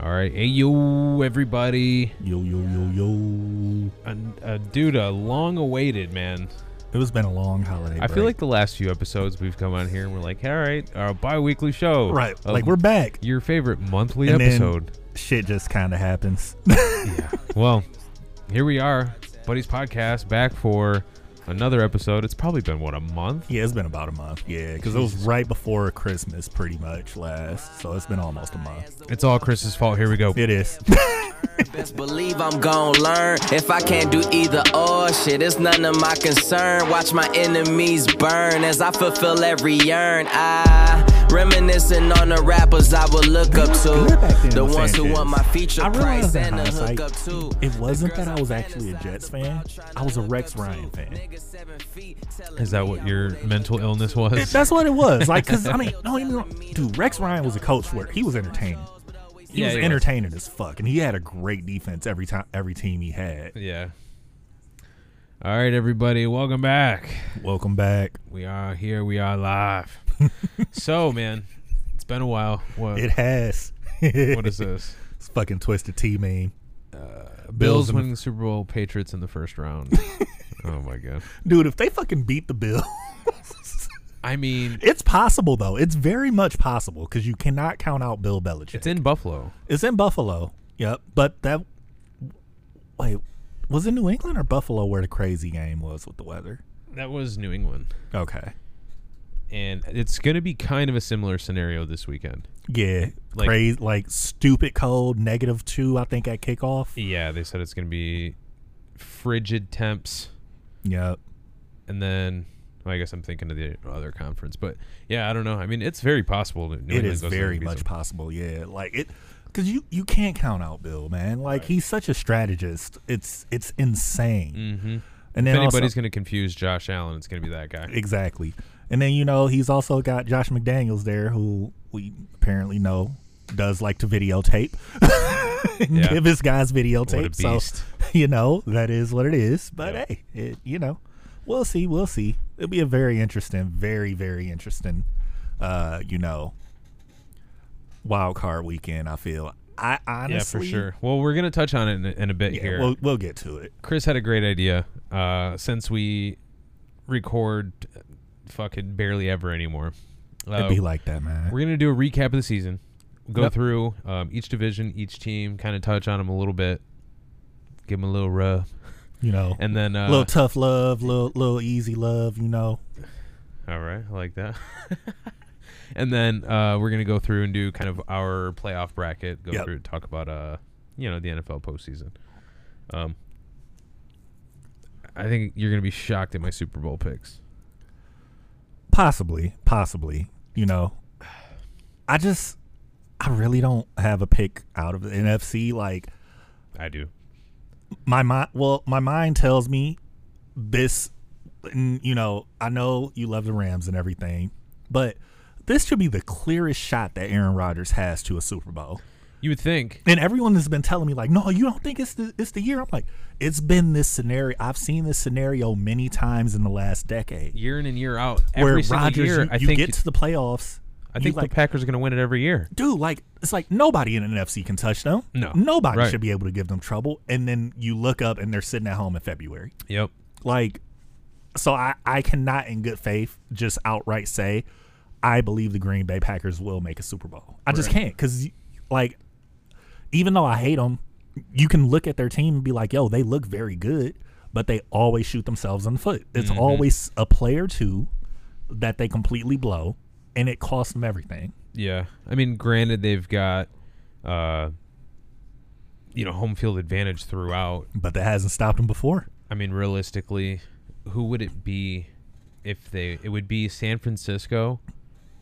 All right. Hey, yo, everybody. Yo, yo, yo, yo. Uh, uh, dude, a long awaited, man. It was been a long holiday. I feel like the last few episodes we've come on here and we're like, all right, our bi weekly show. right, Uh, like we're back. Your favorite monthly And then- episode. Shit just kind of happens. well, here we are. Buddies Podcast back for another episode. It's probably been, what, a month? yeah, it's been about a month. Yeah, because it was right before Christmas, pretty much last. So it's been almost a month. It's all Chris's fault. Here we go. It is. Best believe I'm gon' learn. If I can't do either or, shit, it's none of my concern. Watch my enemies burn as I fulfill every yearn. I reminiscing on the rappers I would look up Good back to, then the with ones who Sanchez. want my feature I price realized in and a hindsight, hookup too. it wasn't that I was actually a Jets fan. I was a Rex Ryan fan. Is that what your mental illness It- was? that's what it was. Like, cause I mean, no, even though- dude, Rex Ryan was a coach where he was entertaining. He Yeah, was he was. entertaining as fuck, and he had a great defense every time, every team he had. yeah. All right, everybody. Welcome back. Welcome back. We are here. We are live. so, man, it's been a while. What, It has. what is this? It's fucking twisted T meme. Bills in winning the Super Bowl, Patriots in the first round. oh my god. Dude, if they fucking beat the Bills, I mean, it's possible though. It's very much possible because you cannot count out Bill Belichick. it's in Buffalo. It's in Buffalo. Yep, but that wait was it New England or Buffalo where the crazy game was with the weather? That was New England, Okay, and it's going to be kind of a similar scenario this weekend. yeah, Like- crazy, like stupid cold, negative two. I think at kickoff. Yeah, they said it's going to be frigid temps, Yep. and then well, I guess I'm thinking of the other conference, but yeah, I don't know. I mean, it's very possible. That New it England is goes there very and beats much them. possible yeah like it because you you can't count out bill man like he's such a strategist it's it's insane mm-hmm. and If then also, anybody's going to confuse Josh Allen, it's going to be that guy. exactly and then you know he's also got josh mcdaniels there who we apparently know does like to videotape and Yeah. give his guys What a videotape beast. so you know that is what it is but hey it, you know we'll see we'll see it'll be a very interesting very very interesting uh you know wild card weekend i feel i yeah, for honestly sure. Well, we're going to touch on it in a, in a bit yeah, here. we'll, we'll get to it Chris had a great idea. Uh, since we record fucking barely ever anymore, uh, it'd be like that man we're gonna do a recap of the season. Go Yep. through um, each division, each team, kind of touch on them a little bit, give them a little rub, you know and then uh, little tough love, little little easy love, you know. all right, I like that. and then uh, we're gonna go through and do kind of our playoff bracket. Go Yep. through and talk about uh, you know, the NFL postseason. Um, I think you're gonna be shocked at my Super Bowl picks. Possibly, possibly, you know. I just, I really don't have a pick out of the NFC. Like I do. my mind, well, my mind tells me this. And, you know, I know you love the Rams and everything, but this should be the clearest shot that Aaron Rodgers has to a Super Bowl. You would think And everyone has been telling me like, no, you don't think it's the it's the year. I'm like, it's been this scenario. I've seen this scenario many times in the last decade. year in and year out, where every single Rodgers, year, you, I you think get to the playoffs. I you think like, the Packers are going to win it every year. dude, like it's like nobody in an NFC can touch them. No. nobody Right. should be able to give them trouble. And then you look up and they're sitting at home in February. Yep. Like, so I I cannot in good faith just outright say I believe the Green Bay Packers will make a Super Bowl. I just can't because like even though I hate them, you can look at their team and be like, yo, they look very good, but they always shoot themselves in the foot. It's Mm-hmm. always a play or two that they completely blow, and it costs them everything. Yeah. I mean, granted, they've got, uh, you know, home field advantage throughout. But that hasn't stopped them before. I mean, realistically, who would it be if they? It would be San Francisco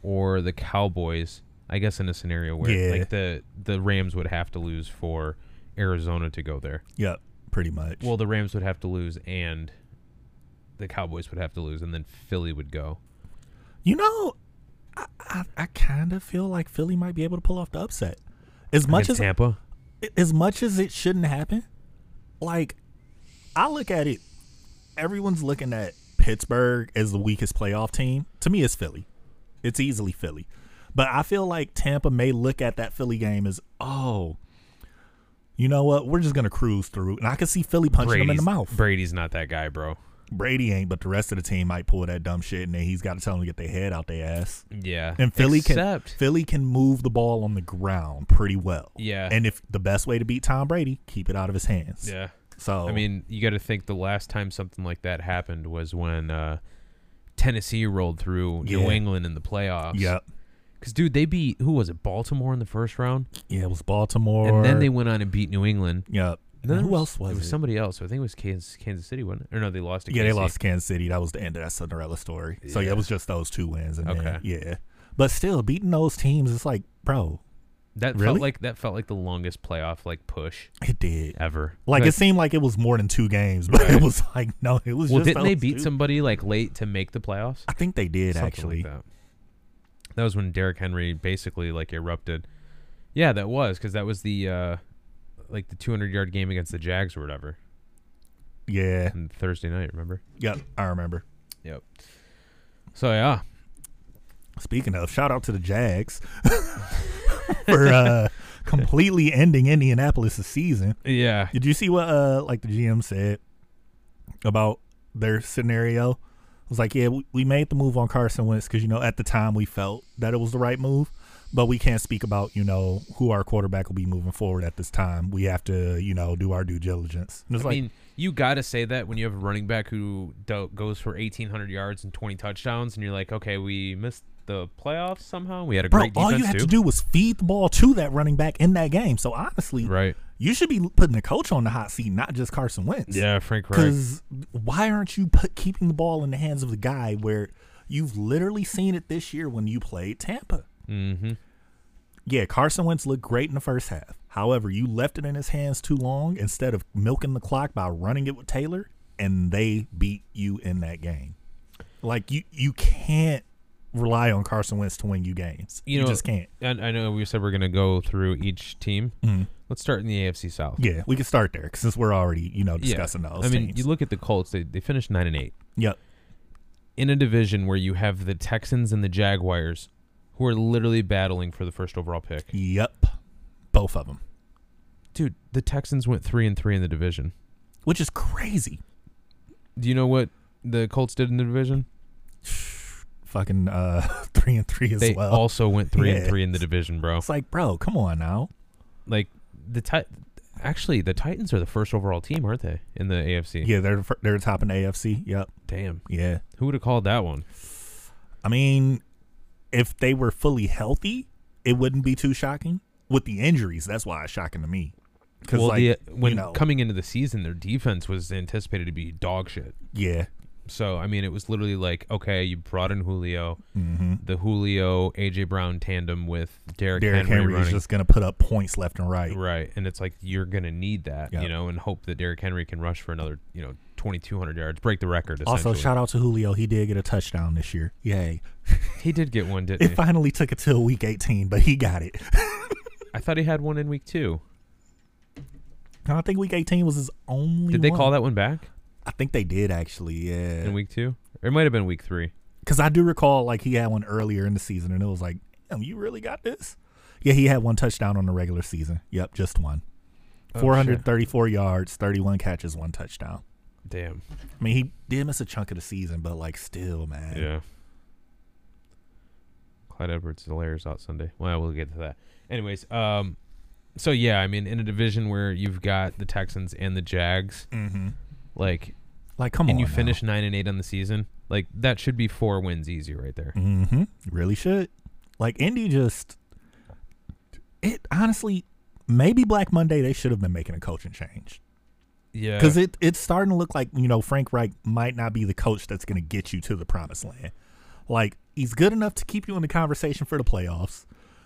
or the Cowboys. I guess in a scenario where Yeah. like the the Rams would have to lose for Arizona to go there. Yep, pretty much. Well, the Rams would have to lose and the Cowboys would have to lose and then Philly would go. you know, I, I, I kind of feel like Philly might be able to pull off the upset. As much Against as Tampa? as much as it shouldn't happen, like I look at it, everyone's looking at Pittsburgh as the weakest playoff team. To me, it's Philly. It's easily Philly. But I feel like Tampa may look at that Philly game as, oh, you know what? We're just gonna cruise through, and I can see Philly punching him in the mouth. Brady's not that guy, bro. Brady ain't, but the rest of the team might pull that dumb shit, and then he's got to tell them to get their head out their ass. Yeah. And Philly Except, can Philly can move the ball on the ground pretty well. Yeah. And if the best way to beat Tom Brady, keep it out of his hands. Yeah. So I mean, you got to think the last time something like that happened was when uh, Tennessee rolled through New Yeah. England in the playoffs. yep. Because, dude, they beat, who was it, Baltimore in the first round? Yeah, it was Baltimore. and then they went on and beat New England. Yep. And then who there else was it? it? was somebody else. I think it was Kansas, Kansas City, wasn't it? Or no, they lost to yeah, they KC. lost to Kansas City. That was the end of that Cinderella story. So yeah, Yeah. it was just those two wins. And Okay. Then, yeah. But still, beating those teams, it's like, bro, That Really? felt like that felt like the longest playoff like push it did. ever. Like it seemed like it was more than two games, but it was like no, it was. well, just didn't they those beat two. somebody like late to make the playoffs? I think they did Something like actually. that. That was when Derrick Henry basically like erupted. Yeah, that was because that was the uh, like the 200 yard game against the Jags or whatever Yeah, on Thursday night. Remember? yep, I remember. Yep. So yeah, Speaking of, shout out to the Jags for uh, completely ending Indianapolis' season. yeah, Did you see what uh like the GM said about their scenario? It was like, yeah, we, we made the move on Carson Wentz because you know at the time we felt that it was the right move, but we can't speak about you know who our quarterback will be moving forward at this time. We have to you know do our due diligence. And it's I like, mean, you gotta say that when you have a running back who do- goes for 1,800 yards and 20 touchdowns, and you're like, okay, we missed the playoffs somehow. We had a bro, great defense all you had too. to do was feed the ball to that running back in that game. So honestly, right? you should be putting the coach on the hot seat, not just Carson Wentz. Yeah, Frank Reich. Because why aren't you put, keeping the ball in the hands of the guy where you've literally seen it this year when you played Tampa? Mm-hmm. Yeah, Carson Wentz looked great in the first half. However, you left it in his hands too long instead of milking the clock by running it with Taylor, and they beat you in that game. Like you, you can't rely on Carson Wentz to win you games. You, You know, just can't. Mm-hmm. And I know we said we're gonna go through each team. Let's start in the AFC South. Yeah, we can start there 'cause since we're already you know discussing those. I mean, teams. you look at the Colts; they they finished nine and eight yep, in a division where you have the Texans and the Jaguars, who are literally battling for the first overall pick. yep, both of them, Dude, the Texans went three and three in the division. which is crazy. Do you know what the Colts did in the division? fucking uh three and three as They well. also went three and Yeah. three in the division, bro. it's like, bro, come on now. Like the ti- actually the Titans are the first overall team, aren't they, in the AFC? Yeah, they're the fir- they're top in the AFC. Yep. Damn, Yeah. who would have called that one? I mean, if they were fully healthy, it wouldn't be too shocking. With the injuries, that's why it's shocking to me. Because Well, like, the, when you know, coming into the season, their defense was anticipated to be dog shit. yeah, So I mean, it was literally like, okay, you brought in Julio, Mm-hmm. the Julio AJ Brown tandem with Derrick, Derrick Henry, Henry, is running just gonna put up points left and right. right, and it's like you're gonna need that, Yeah. you know, and hope that Derrick Henry can rush for another, you know, 2,200 yards, break the record. Also, essentially. shout out to Julio. He did get a touchdown this year. Yay! he did get one, didn't It he? finally took until week 18, but he got it. I thought he had one in week two. I think week 18 was his only. Did they one. call that one back I think they did actually. Yeah. in week two? Or it might have been week three. because I do recall like he had one earlier in the season, and it was like, damn, you really got this. Yeah, he had one touchdown on the regular season. Yep, just one. Oh, Four hundred thirty-four yards, thirty-one catches, one touchdown. Damn. I mean, he did miss a chunk of the season, but like, still, man. Yeah. Clyde Edwards Hilaire's out Sunday. Well, we'll get to that. Anyways, um so yeah, I mean in a division where you've got the Texans and the Jags, Mm-hmm. Oh, like Like, come and on. you finish nine and eight on the season, like that should be four wins easy right there. Mm-hmm. Really should. Like, Indy just. It honestly, maybe Black Monday they should have been making a coaching change. Yeah. because it it's starting to look like you know Frank Reich might not be the coach that's going to get you to the promised land. Like he's good enough to keep you in the conversation for the playoffs,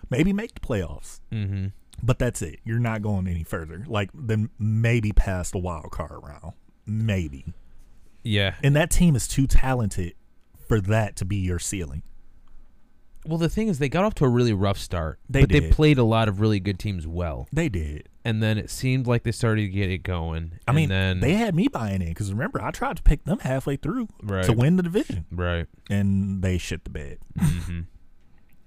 maybe make the playoffs, mm-hmm. but that's it. You're not going any further. Like then maybe past the wild card round, maybe. Yeah. And that team is too talented for that to be your ceiling. Well the thing is they got off to a really rough start. They but they did. played a lot of really good teams well. They did. And then it seemed like they started to get it going. I mean, and then they had me buying in because remember I tried to pick them halfway through Right. to win the division, Right. and they shit the bed.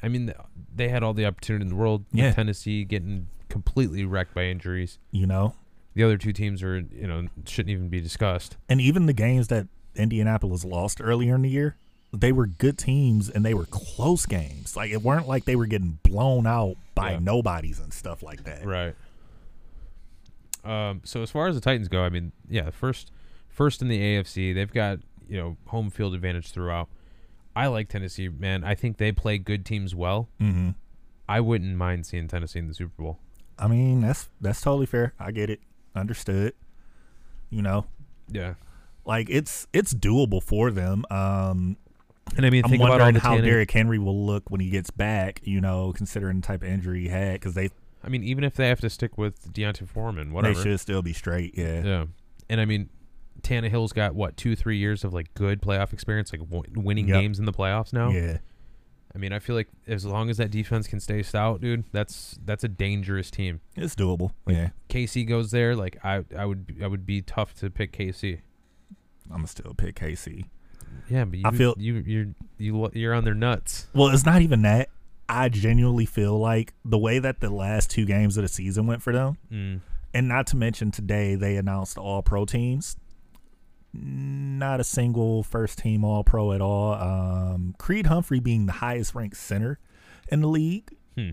I mean, th- they had all the opportunity in the world. with Yeah. Tennessee getting completely wrecked by injuries. you know, The other two teams are, you know, shouldn't even be discussed. and even the games that Indianapolis lost earlier in the year, they were good teams and they were close games. Like it weren't like they were getting blown out by Yeah. nobodies and stuff like that. Right. Um, so as far as the Titans go, I mean, yeah, first, first in the AFC, they've got you know home field advantage throughout. I like Tennessee, man. I think they play good teams well. Mhm. I wouldn't mind seeing Tennessee in the Super Bowl. I mean, that's that's totally fair. I get it. Understood. You know, Yeah, like it's it's doable for them. Um and I mean, I'm think about all wondering the how Tannehill- Derrick Henry will look when he gets back, you know, considering the type of injury he had cuz they I mean, even if they have to stick with Deontay Foreman, whatever. they should still be straight. Yeah. Yeah, and I mean, Tannehill's got what two, three years of like good playoff experience, like w- winning Yep. games in the playoffs now. Yeah. I mean, I feel like as long as that defense can stay stout, dude, that's that's a dangerous team. It's doable. yeah. KC goes there, like I I would I would be tough to pick KC. I'm gonna still pick KC. Yeah, but you, I feel- you you're you lo- you're on their nuts. Well, it's not even that. I genuinely feel like the way that the last two games of the season went for them, Mm. and not to mention today they announced all pro teams. Not a single first team all pro at all. Um, Creed Humphrey being the highest ranked center in the league Hmm.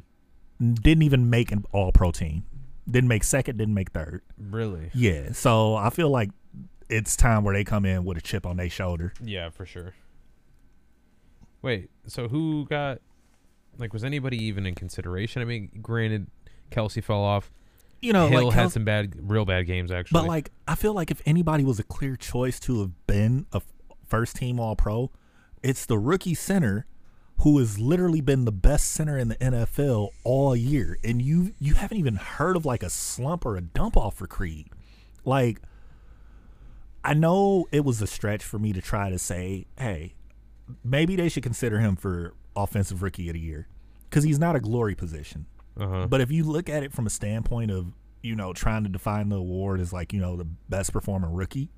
didn't even make an all pro team. Didn't make second, didn't make third. Really? Yeah. So I feel like it's time where they come in with a chip on their shoulder. Yeah, for sure. Wait, so who got like was anybody even in consideration? I mean, granted, Kelsey fell off. You know, Hill like had Kels- some bad, real bad games actually. But like, I feel like if anybody was a clear choice to have been a f- first team All Pro, it's the rookie center who has literally been the best center in the NFL all year, and you you haven't even heard of like a slump or a dump off for Creed. Like, I know it was a stretch for me to try to say, hey, maybe they should consider him for offensive rookie of the year because he's not a glory position. uh-huh. But if you look at it from a standpoint of, you know, trying to define the award as like, you know, the best performing rookie,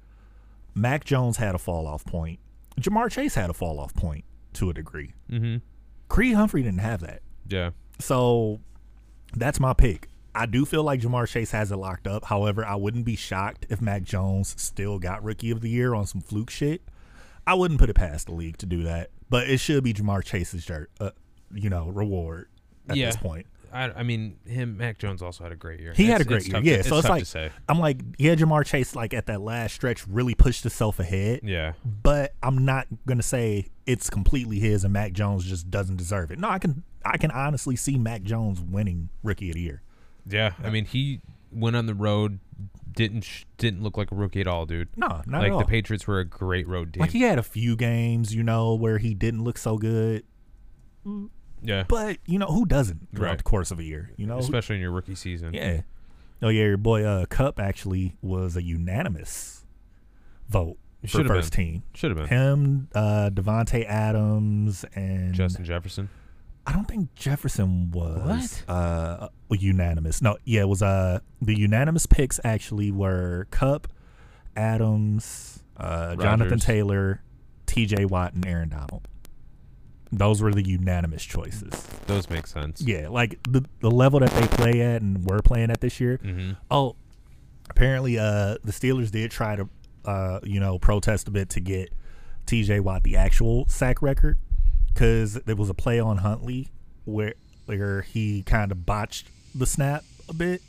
Mac Jones had a fall off point. Jamar Chase had a fall off point to a degree. mm-hmm. Creed Humphrey didn't have that. Yeah. So that's my pick. I do feel like Jamar Chase has it locked up. However, I wouldn't be shocked if Mac Jones still got rookie of the year on some fluke shit. I wouldn't put it past the league to do that, but it should be Jamar Chase's dirt, uh, you know, reward at Yeah. this point. I, I mean, him Mac Jones also had a great year. He had It's- a great it's year. tough Yeah, to, so it's it's tough like to say. I'm like, yeah, Jamar Chase like at that last stretch really pushed himself ahead. Yeah. But I'm not gonna say it's completely his and Mac Jones just doesn't deserve it. No, I can I can honestly see Mac Jones winning rookie of the year. Yeah, I mean he went on the road, didn't sh- didn't look like a rookie at all, dude. No, not like at all. the Patriots were a great road team. like he had a few games, you know, where he didn't look so good. yeah, But you know, who doesn't throughout Right. the course of a year? You know, especially in your rookie season. yeah. Oh yeah, your boy uh, Cup actually was a unanimous vote It for should've first team. should have been him, uh, Devonte Adams, and Justin Jefferson. I don't think Jefferson was uh, unanimous. No, yeah, it was uh, the unanimous picks actually were Cup, Adams, uh, Jonathan Rodgers. Taylor, T.J. Watt, and Aaron Donald. Those were the unanimous choices. Those make sense. Yeah, like the the level that they play at and were playing at this year. Mm-hmm. Oh, apparently, uh, the Steelers did try to, uh, you know, protest a bit to get T.J. Watt the actual sack record because there was a play on Huntley where where he kind of botched the snap a bit,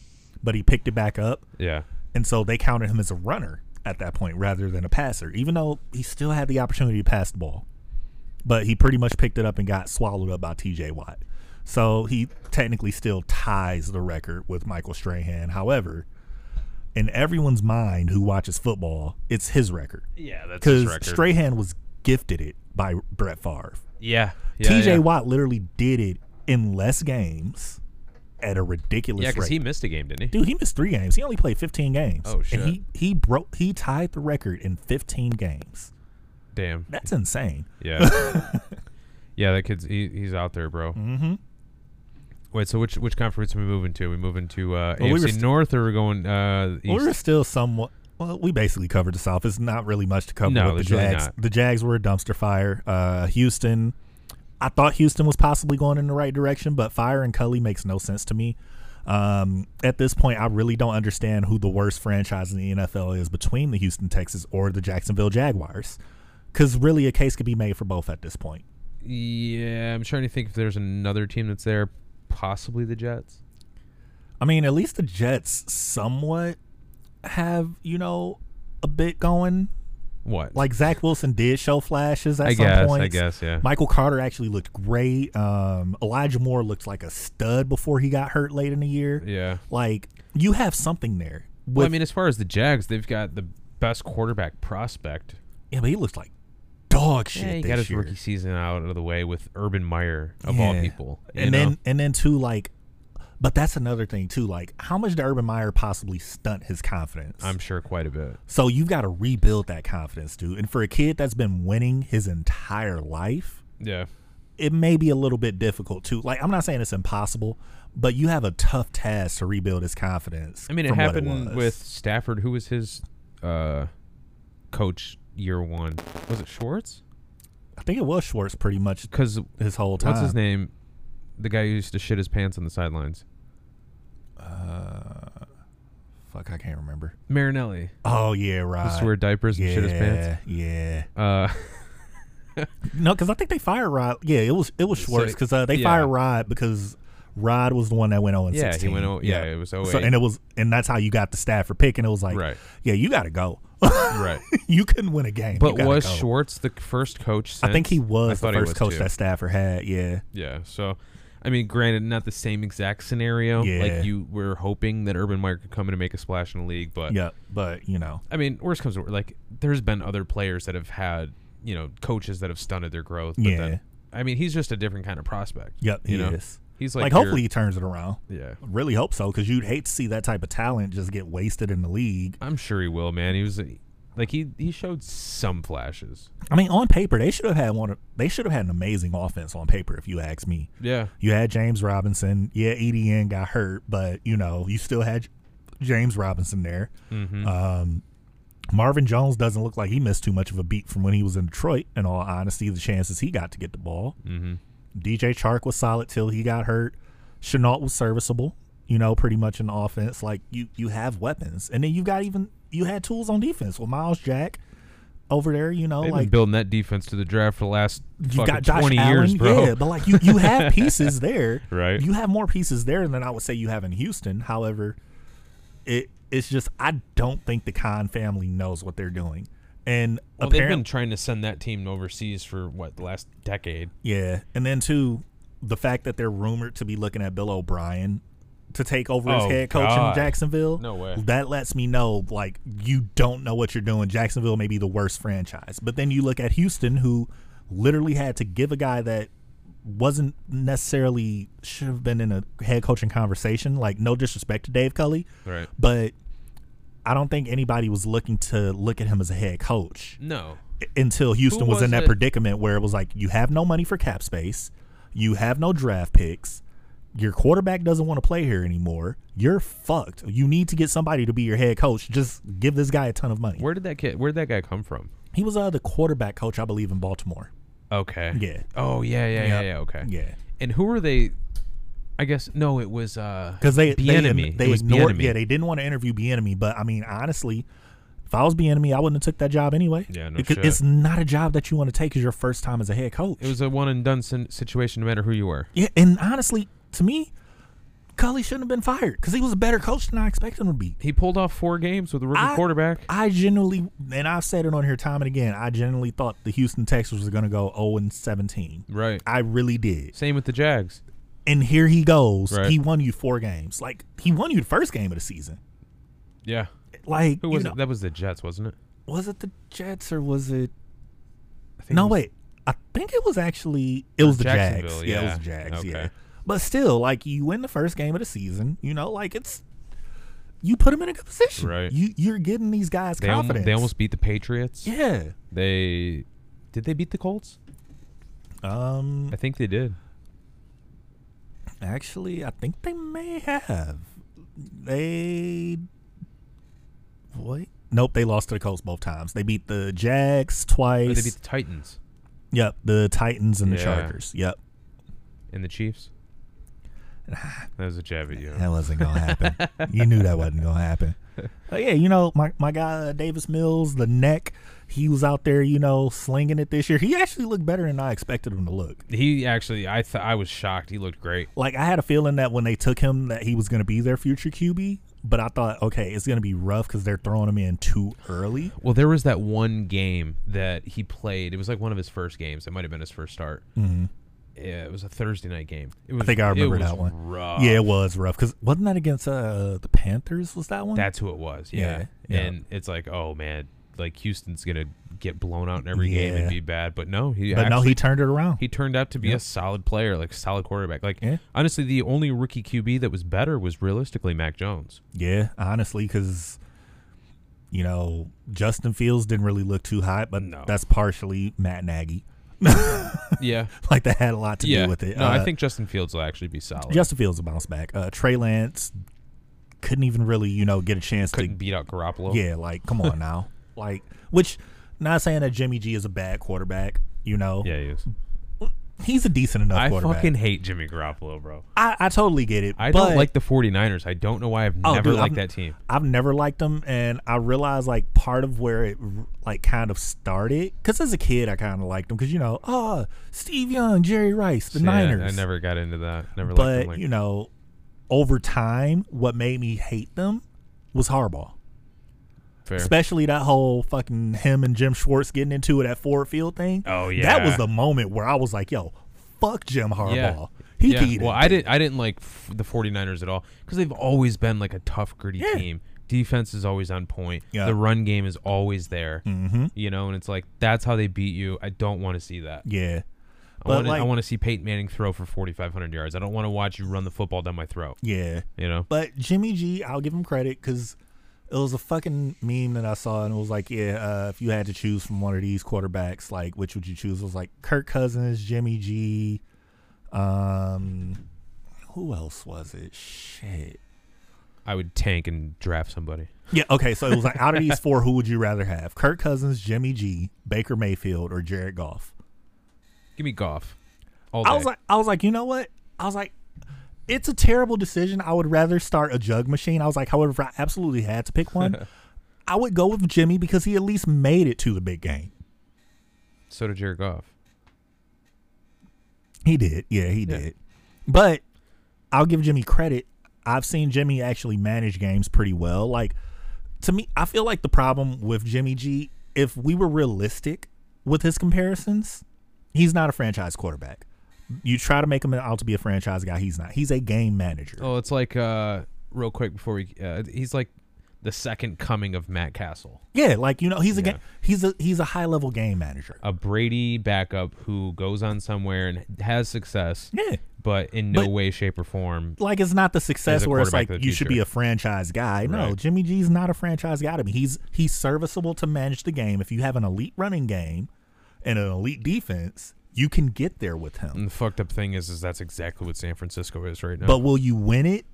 but he picked it back up, Yeah, and so they counted him as a runner at that point rather than a passer, even though he still had the opportunity to pass the ball. But he pretty much picked it up and got swallowed up by TJ Watt. So he technically still ties the record with Michael Strahan. However, in everyone's mind who watches football, it's his record. yeah, that's his Because record. Strahan was gifted it by Brett Favre. yeah, yeah, TJ yeah. Watt literally did it in less games at a ridiculous Yeah, rate because he missed a game, didn't he? dude, he missed three games. He only played 15 games. Oh, shit. And he he broke he tied the record in 15 games. Damn. That's insane. Yeah. yeah, that kid's he, he's out there, bro. Mm-hmm. Wait, so which which conference are we moving to? we moving to uh, Well, Oh, we were AFC st- North, or we're going uh, East? Well, we're still somewhat. Well, we basically covered the South. It's not really much to cover No, with the there's really Jags. not. the Jags were a dumpster fire. Uh, Houston I thought Houston was possibly going in the right direction, but Fire and Cully makes no sense to me. Um, at this point, I really don't understand who the worst franchise in the NFL is between the Houston Texans or the Jacksonville Jaguars, because really a case could be made for both at this point. Yeah, I'm trying to think if there's another team that's there. Possibly the Jets. I mean, at least the Jets somewhat have you know a bit going. What? Like Zach Wilson did show flashes at I some guess. points. I guess. Yeah. Michael Carter actually looked great. Um, Elijah Moore looked like a stud before he got hurt late in the year. yeah. Like you have something there. Well, I with- mean, as far as the Jags, they've got the best quarterback prospect. yeah, but he looks like dog shit. yeah, he this got his year. rookie season out of the way with Urban Meyer of all Yeah. people. you and know? then and then too like, but that's another thing too. Like how much did Urban Meyer possibly stunt his confidence? I'm sure quite a bit. so you've got to rebuild that confidence, dude. And for a kid that's been winning his entire life, Yeah. it may be a little bit difficult too. Like I'm not saying it's impossible, but you have a tough task to rebuild his confidence. I mean, it from what happened was. with Stafford. Who was his uh, coach year one? Was it Schwartz? I think it was Schwartz pretty much Because his whole time. what's his name? The guy who used to shit his pants on the sidelines. Uh, fuck, I can't remember. Marinelli. Oh yeah, right. Used to wear diapers and yeah, shit his pants. yeah. Uh, No, because I think they fired Rod. Yeah, it was it was Schwartz it- because uh, they yeah. fired Rod because Rod was the one that went oh on. yeah, he went. o- Yeah, it was So, 08. and it was and that's how you got the Stafford pick, and it was like, Right. yeah, you got to go. right. you couldn't win a game. You But gotta was go. Schwartz the first coach? Since? I think he I was the thought first he was coach too. that Stafford had. Yeah, Yeah. So, I mean, granted, not the same exact scenario. Yeah. Like you were hoping that Urban Meyer could come in and make a splash in the league, but yeah. But you know, I mean, worst comes to worst, like there's been other players that have had you know coaches that have stunted their growth. But Yeah. Then, I mean, he's just a different kind of prospect. yep, he You know? is. He's Like, like, your- hopefully he turns it around. Yeah. Really hope so, because you'd hate to see that type of talent just get wasted in the league. I'm sure he will, man. He was a- like he he showed some flashes. I mean, on paper they should have had one. Of, they should have had an amazing offense on paper, if you ask me. Yeah. You had James Robinson. Yeah, EDN got hurt, but you know you still had J- James Robinson there. Um, Marvin Jones doesn't look like he missed too much of a beat from when he was in Detroit. In all honesty, the chances he got to get the ball. Mm-hmm. DJ Chark was solid till he got hurt. Chenault was serviceable, you know, pretty much in the offense. Like you, you have weapons, and then you got even you had tools on defense with Miles Jack over there. You know, They've like been building that defense to the draft for the last you fucking got Josh 20 Allen, years, bro. yeah, but like you, you have pieces there, Right. You have more pieces there than I would say you have in Houston. However, it it's just I don't think the Khan family knows what they're doing, and well, they've apparently been trying to send that team overseas for what the last decade. Yeah, and then too, the fact that they're rumored to be looking at Bill O'Brien to take over as Oh, head coach in God. Jacksonville. No way. That lets me know like you don't know what you're doing. Jacksonville may be the worst franchise, but then you look at Houston, who literally had to give a guy that wasn't necessarily should have been in a head coaching conversation. Like no disrespect to Dave Cully, Right. but. I don't think anybody was looking to look at him as a head coach No. until Houston Who was, was in that it? predicament where it was like you have no money for cap space, you have no draft picks, your quarterback doesn't want to play here anymore. You're fucked. You need to get somebody to be your head coach. Just give this guy a ton of money. Where did that kid? Where did that guy come from? He was uh, the quarterback coach, I believe, in Baltimore. Okay. Yeah. Oh yeah, yeah, yeah, Yep. yeah. Okay. Yeah, And who were they? I guess no, it was uh because they they, Bieniemy. they it was ignored. Bieniemy. Yeah, they didn't want to interview Bienemy, but I mean, honestly. If I was Bienemy, I wouldn't have took that job anyway. Yeah, no because shit. it's not a job that you want to take as your first time as a head coach. it was a one and done sin- situation, no matter who you were. Yeah, and honestly, to me, Cully shouldn't have been fired because he was a better coach than I expected him to be. He pulled off four games with a rookie I- quarterback. I genuinely, and I've said it on here time and again, I genuinely thought the Houston Texans were going to go 0 and 17. right. I really did. Same with the Jags. And here he goes. Right. He won you four games. Like, he won you the first game of the season. Yeah. Like, Who was you it? know- That was the Jets, wasn't it? was it the Jets or was it? I think it No, was- wait. I think it was actually it was the Jags. Jacksonville, Yeah, it was yeah. the Jags. Yeah, Okay. but still, like you win the first game of the season, you know, like it's you put them in a good position. Right. You you're getting these guys They, almo- confidence. they almost beat the Patriots. yeah. They did they beat the Colts? Um. I think they did. Actually, I think they may have. They. What? Nope. They lost to the Colts both times. They beat the Jags Or twice. they beat the Titans. Yep, the Titans and the Oh, Yeah. Chargers. Yep, and the Chiefs. That was a jab at you. that wasn't gonna happen. you knew that wasn't gonna happen. But yeah, you know my my guy uh, Davis Mills, the neck. He was out there, you know, slinging it this year. He actually looked better than I expected him to look. He actually, I th- I was shocked. He looked great. Like I had a feeling that when they took him, that he was gonna be their future QB. But I thought, okay, it's gonna be rough because they're throwing him in too early. Well, there was that one game that he played. It was like one of his first games. It might have been his first start. Mm-hmm. Yeah, it was a Thursday night game. It was, I think I it remember was that one. rough. Yeah, it was rough because wasn't that against uh, the Panthers? Was that one? That's who it was. Yeah. Yeah, yeah. And it's like, oh man, like Houston's gonna get blown out in every game Yeah. and be bad. But no, he but no, actually- he turned it around. he turned out to be a solid player, like solid quarterback. Like Yeah. honestly, the only rookie QB that was better was realistically Mac Jones. Yeah, honestly, because you know Justin Fields didn't really look too hot, but No. that's partially Matt Nagy. Yeah. Like that had a lot to yeah. do with it. No, I Uh, think Justin Fields will actually be solid. Justin Fields will bounce back. Uh, Trey Lance couldn't even really, you know, get a chance couldn't beat out Garoppolo. to. Yeah, like come on now, like which not saying that Jimmy G is a bad quarterback. You know, Yeah, he is. he's a decent enough I quarterback. fucking hate Jimmy Garoppolo, bro. I, I totally get it. I but- don't like the 49ers. I don't know why I've Oh, never dude, liked I'm- that team. I've never liked them, and I realized like part of where it r- like kind of started because as a kid I kind of liked them because you know oh Steve Young, Jerry Rice, the So, yeah, Niners. I never got into that. Never liked but them. Like, you know, over time, what made me hate them was Harbaugh, fair. especially that whole fucking him and Jim Schwartz getting into it at Ford Field thing. Oh, that was yeah. the moment where I was like, yo, fuck Jim Harbaugh. Yeah. He yeah. can eat Well, it. I didn't. I didn't like f- the 49ers at all because they've always been like a tough, gritty Yeah. team. Defense is always on point. Yeah. The run game is always there. Mm-hmm. You know, and it's like that's how they beat you. I don't want to see that. yeah. I But, want to. I like- want to see Peyton Manning throw for 4,500 yards. I don't want to watch you run the football down my throat. Yeah. You know. But Jimmy G, I'll give him credit because it was a fucking meme that I saw, and it was like, yeah, uh, if you had to choose from one of these quarterbacks, like which would you choose? It was like Kirk Cousins, Jimmy G, um, who else was it? Shit. I would tank and draft somebody. Yeah. Okay. So it was like, out of these four, who would you rather have? Kirk Cousins, Jimmy G, Baker Mayfield, or Jared Goff? Give me Goff. All I was day. like, I was like, you know what? I was like, it's a terrible decision. I would rather start a jug machine. I was like, however, if I absolutely had to pick one, I would go with Jimmy because he at least made it to the big game. so did Jared Goff. He did, yeah, he Yeah. did. But I'll give Jimmy credit. I've seen Jimmy actually manage games pretty well. Like to me, I feel like the problem with Jimmy G, if we were realistic with his comparisons, he's not a franchise quarterback. You try to make him out to be a franchise guy, he's not. He's a game manager. Oh, it's like uh, real quick before we. Uh, he's like the second coming of Matt Castle, Yeah, like you know, he's a Yeah. ga- he's a he's a high level game manager. a Brady backup who goes on somewhere and has success, Yeah, but in no But- way, shape, or form. like it's not the success He's a where it's like quarterback of the you should be future. a franchise guy. No, Right. Jimmy G's not a franchise guy to me. He's he's serviceable to manage the game. If you have an elite running game and an elite defense, you can get there with him. And the fucked up thing is, is that's exactly what San Francisco is right now. But will you win it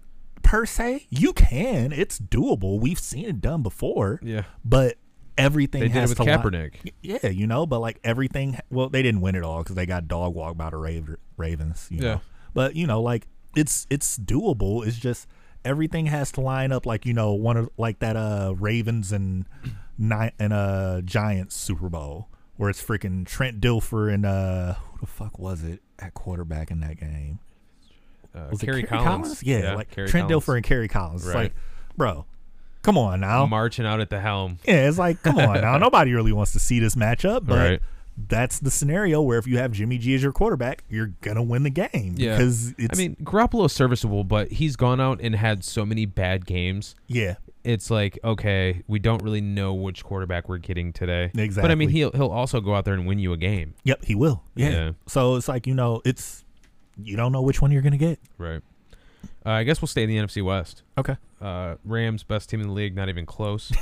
per se? You can. It's doable. We've seen it done before. yeah, But everything they did it has with to line- Kaepernick. Yeah, you know, but like everything. Well, they didn't win it all because they got dog walked by the Rav- Ravens. You Yeah. know, but you know, like it's it's doable. It's just everything has to line up. Like you know, one of like that uh Ravens and ni- and uh Giants Super Bowl where it's freaking Trent Dilfer and uh who the fuck was it at quarterback in that game? Uh, Was it Kerry Kerry Collins. Yeah, like Kerry Trent Collins. Dilfer and Kerry Collins. It's Right. like, bro, come on now. marching out at the helm. Yeah, it's like, come on now. Nobody really wants to see this matchup, but Right. that's the scenario where if you have Jimmy G as your quarterback, you're gonna win the game. Yeah, Because it's I mean, Garoppolo's serviceable, but he's gone out and had so many bad games. yeah. it's like okay, we don't really know which quarterback we're getting today. But I Exactly. mean, he'll he'll also go out there and win you a game, Yep, he will. Yeah. Yeah. So it's like, you know, it's you don't know which one you're gonna get. right? Uh, I guess we'll stay in the NFC West. Okay. Uh, Rams, best team in the league, not even close.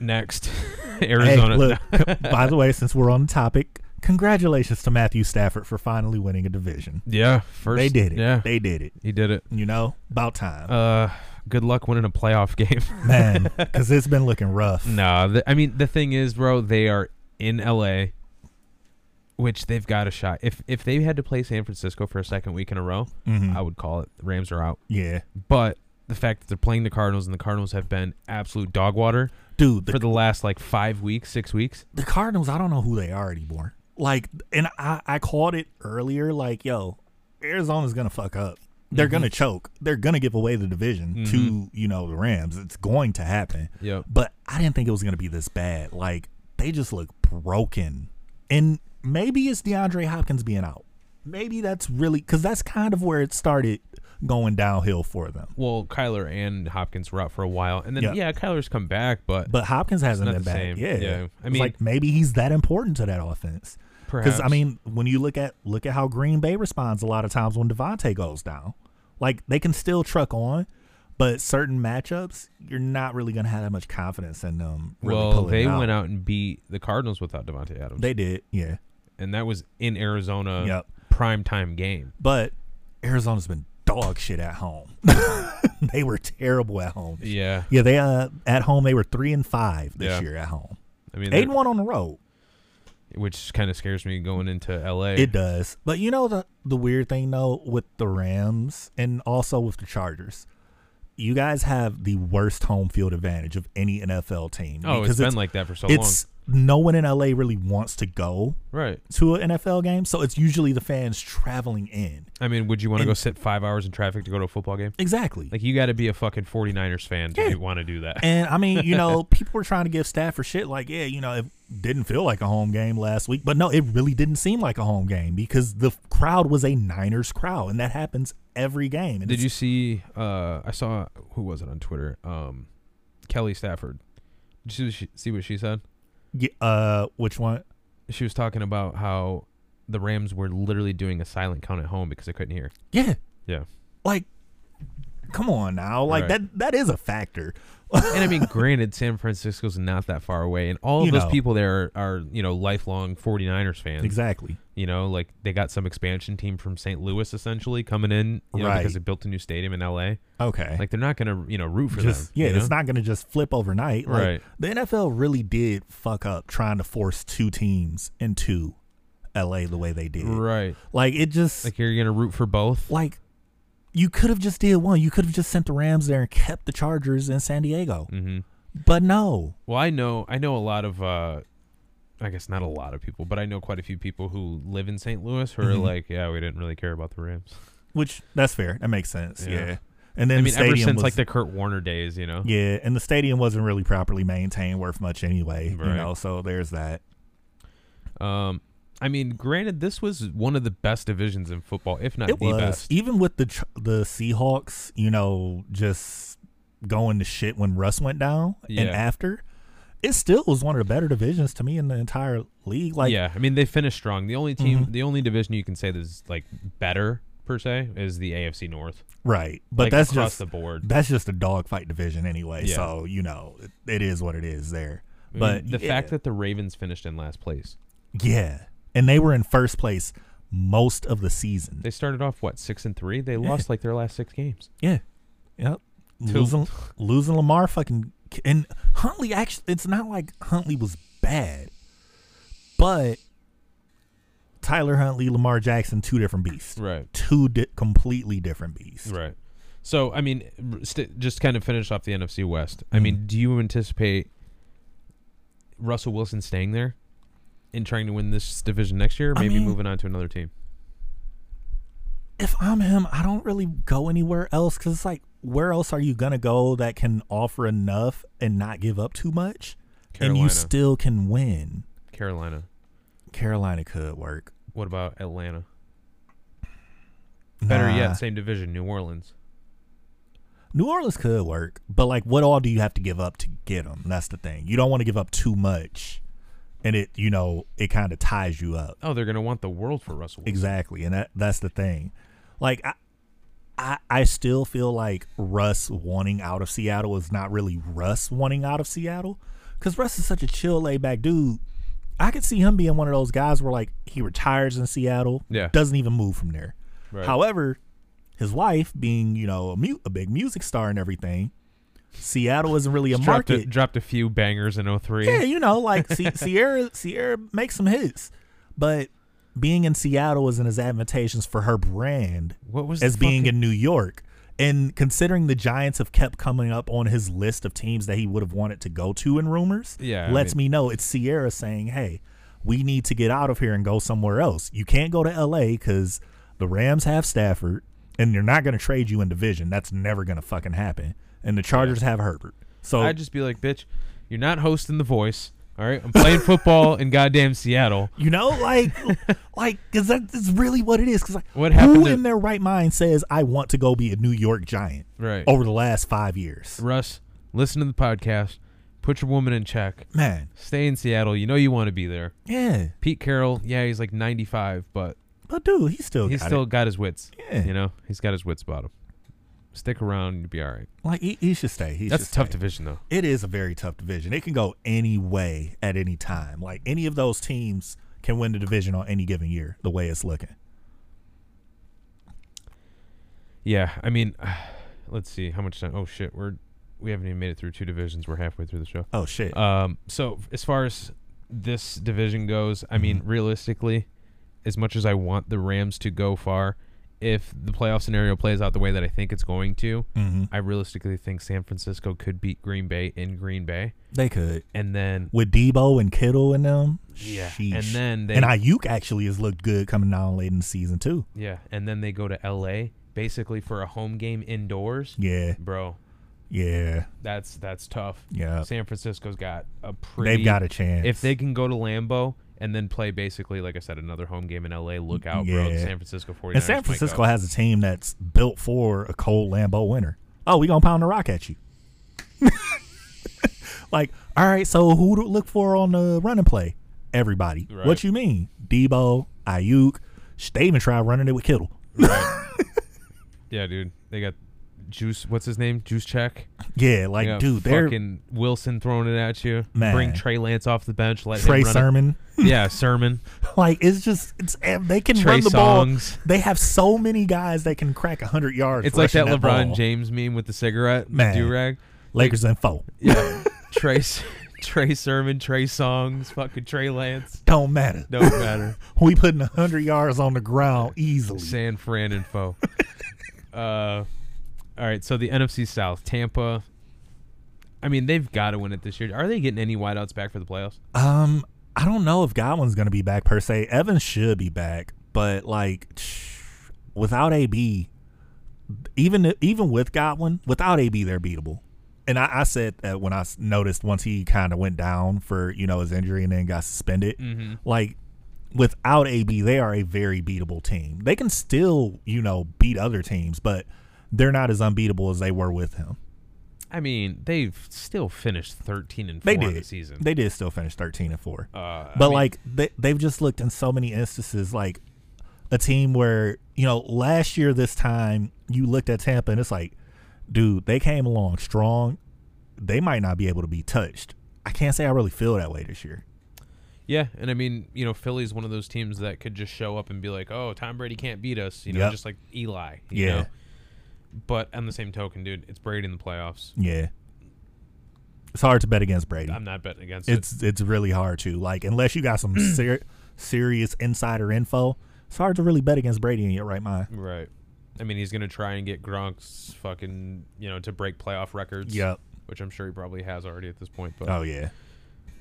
Next, Arizona. Hey, look, c- by the way, since we're on the topic, congratulations to Matthew Stafford for finally winning a division. Yeah, first They did it. Yeah, They did it. he did it. You know, about time. Uh, good luck winning a playoff game. Man, because it's been looking rough. nah, th- I mean the thing is, bro, they are in LA. which they've got a shot. If if they had to play San Francisco for a second week in a row, Mm-hmm. I would call it. The Rams are out. Yeah, But the fact that they're playing the Cardinals and the Cardinals have been absolute dog water dude. for The, the last like five weeks, six weeks. the Cardinals. I don't know who they are anymore. Like, and I I called it earlier. Like, yo, Arizona's gonna fuck up. Mm-hmm. They're gonna choke. They're gonna give away the division to you know the Rams. It's going to happen. Yep. But I didn't think it was gonna be this bad. Like they just look broken. And maybe it's DeAndre Hopkins being out. Maybe that's really because that's kind of where it started going downhill for them. Well, Kyler and Hopkins were out for a while, and then Yeah. yeah, Kyler's come back, but, But Hopkins hasn't not been the bad. same. Yeah. Yeah. I It's mean- like maybe he's that important to that offense. Because I Perhaps. mean, when you look at look at how Green Bay responds a lot of times when Devontae goes down, like they can still truck on, but certain matchups you're not really gonna have that much confidence in them. Really well, pulling they out. went out and beat the Cardinals without Devontae Adams, They did, yeah. and that was in Arizona, Yep. prime time game. But Arizona's been dog shit at home. they were terrible at home. Yeah, Yeah, they uh at home they were three and five this Yeah. year at home. I mean, Eight they're- and one on the road. which kind of scares me going into L.A. It does. But you know the the weird thing though with the Rams and also with the Chargers. You guys have the worst home field advantage of any NFL team. oh, because it's been like that for so long, it's no one in LA really wants to go right? to an NFL game, so it's usually the fans traveling in. I mean, would you want to and- go sit five hours in traffic to go to a football game? Exactly. Like, you got to be a fucking 49ers fan Yeah. to want to do that. And I mean, you know, people were trying to give Stafford shit like, yeah, you know, it didn't feel like a home game last week, but no, it really didn't seem like a home game because the crowd was a Niners crowd, and that happens every game. And Did it's- you see? Uh, I saw who was it on Twitter? Um, Kelly Stafford. Did you see what she, see what she said? Yeah, uh, which one? She was talking about how the Rams were literally doing a silent count at home because they couldn't hear. Yeah, Yeah. like, come on now, like Right. that that is a factor. and I mean, granted, San Francisco's not that far away, and all of You those know. people there are, you know, lifelong 49ers fans. Exactly. You know, like they got some expansion team from St. Louis essentially coming in, you know, Right. because they built a new stadium in LA. Okay. Like they're not gonna, you know, root for just them. yeah, you know? it's not going to just flip overnight. Like, Right. The NFL really did fuck up trying to force two teams into L.A. the way they did. right. Like it just Like you're gonna root for both. like you could have just did one. You could have just sent the Rams there and kept the Chargers in San Diego. Mm-hmm. But no. Well, I know, I know a lot of, uh I guess not a lot of people, but I know quite a few people who live in St. Louis who are Mm-hmm. like, yeah, we didn't really care about the Rams. Which that's fair. That makes sense. Yeah. Yeah. And then I the mean, ever stadium since was, like the Kurt Warner days, you know. yeah, and the stadium wasn't really properly maintained, worth much anyway. You Right. know, so there's that. Um, I mean, granted, this was one of the best divisions in football, if not It the was best. even with the Ch- the Seahawks, you know, just going to shit when Russ went down Yeah. and after. It still was one of the better divisions to me in the entire league. Like, yeah, Mm-hmm. I mean, they finished strong. The only team, the only division you can say that's like better per se is the AFC North. right, but Like, that's across just the board. That's just a dogfight division anyway. Yeah. So you know, it, it is what it is there. I mean, But the yeah, fact that the Ravens finished in last place, yeah, and they were in first place most of the season. they started off what six and three. They lost like their last six games. Yeah. Yep. Two. Losing, losing Lamar fucking and Huntley actually it's not like Huntley was bad. But Tyler Huntley, Lamar Jackson, two different beasts. Right. Two di- completely different beasts. Right. So, I mean, r- st- just kind of finish off the NFC West. I Mm. mean, do you anticipate Russell Wilson staying there and trying to win this division next year, or I maybe mean- moving on to another team? If I'm him, I don't really go anywhere else cuz it's like where else are you going to go that can offer enough and not give up too much and Carolina. you still can win? Carolina. Carolina could work. What about Atlanta? Better Nah. yet, same division, New Orleans. New Orleans could work, but like, what all do you have to give up to get them? That's the thing. You don't want to give up too much, and it, you know, it kind of ties you up Oh, they're gonna want the world for Russell. Wilson. exactly, and that that's the thing. Like, I, I, I still feel like Russ wanting out of Seattle is not really Russ wanting out of Seattle, because Russ is such a chill, laid back dude. I could see him being one of those guys where like he retires in Seattle, Yeah. doesn't even move from there. Right. However, his wife being, you know, a, mu- a big music star and everything, Seattle isn't really a dropped a, market. dropped a few bangers in 03. yeah, you know, like Se- Sierra Sierra makes some hits, but being in Seattle isn't as advantageous for her brand What was as the being fucking- in New York. And considering the Giants have kept coming up on his list of teams that he would have wanted to go to in rumors, Yeah, I lets mean- me know it's Sierra saying, "Hey, we need to get out of here and go somewhere else. You can't go to L.A. because the Rams have Stafford, and they're not going to trade you in division. That's never going to fucking happen. And the Chargers have Herbert. So I'd just be like, bitch, you're not hosting the voice. All right, I'm playing football in goddamn Seattle. You know, like, like, because that's really what it is. Because like, What happened who to- in their right mind says I want to go be a New York Giant Right. over the last five years? Russ, listen to the podcast. Put your woman in check. Man, Stay in Seattle. You know you want to be there. yeah, Pete Carroll, yeah, he's like 95, but but dude, he still he's got still it. got his wits. Yeah. You know, he's got his wits about him. Stick around, you'll be all right. like he, he should stay. He That's should a tough stay. division, though. It is a very tough division. It can go any way at any time. Like any of those teams can win the division on any given year. The way it's looking. Yeah, I mean, let's see how much time. Oh shit, we're we haven't even made it through two divisions. We're halfway through the show. Oh shit. Um, so f- as far as this division goes, I Mm-hmm. mean, realistically, as much as I want the Rams to go far, if the playoff scenario plays out the way that I think it's going to, hmm I realistically think San Francisco could beat Green Bay in Green Bay, They could and then with Debo and Kittle and them. Yeah, Sheesh. and then they- and Ayuk actually has looked good coming down late in the season too. yeah, and then they go to L.A. basically for a home game indoors, Yeah, bro. yeah. That's that's tough. Yeah. San Francisco's got a pretty. They've got a chance. If they can go to Lambeau and then play basically, like I said, another home game in LA, look out, bro. The Yeah. San Francisco 49ers. and San might Francisco go. has a team that's built for a cold Lambeau winter. Oh, we gonna pound the rock at you. like, all right, so who to look for on the running play? Everybody. Right. What you mean? Debo, Ayuk. sh- They even tried running it with Kittle. Yeah, dude. They got Juice. What's his name? Juice Check. Yeah, like, They got dude, they're fucking Wilson throwing it at you. Bring Man. Trey Lance off the bench. Let Trey him run it. Sermon. Yeah, Sermon. Like, it's just it's ev- they can Trey run the Songz. ball. They have so many guys that can crack hundred yards. It's like that rushing LeBron ball. James meme with the cigarette Man. do rag. Lakers and foe. Yeah, Trey, S- Trey Sermon, Trey Songs, fucking Trey Lance. Don't matter. Don't matter. We putting hundred yards on the ground easily. San Fran and foe. uh, all right, so the NFC South, Tampa. I mean, they've got to win it this year. Are they getting any wideouts back for the playoffs? Um, I don't know if Godwin's gonna be back per se. Evans should be back, but like without AB, even even with Godwin, without AB, they're beatable. And I, I said that when I s- noticed once he kind of went down for you know his injury and then got suspended, like without AB, they are a very beatable team. They can still you know beat other teams, but they're not as unbeatable as they were with him. I mean, they've still finished 13 and 4 They in did. the season. They did still finish thirteen and four. uh, I but mean, like they, they've just looked in so many instances like a team where you know last year this time you looked at tampa and it's like dude they came along strong they might not be able to be touched i can't say i really feel that way this year yeah, and I mean, you know, Philly's one of those teams that could just show up and be like, "Oh, Tom Brady can't beat us," you know, Yep. just like Eli. You Yeah. Know? But on the same token, dude, it's Brady in the playoffs. yeah it's hard to bet against brady I'm not betting against it. it's it's really hard to like unless you got some ser- serious insider info it's hard to really bet against brady in your right mind Right. I mean, he's gonna try and get Gronk's fucking you know to break playoff records. Yep. Which I'm sure he probably has already at this point. But oh yeah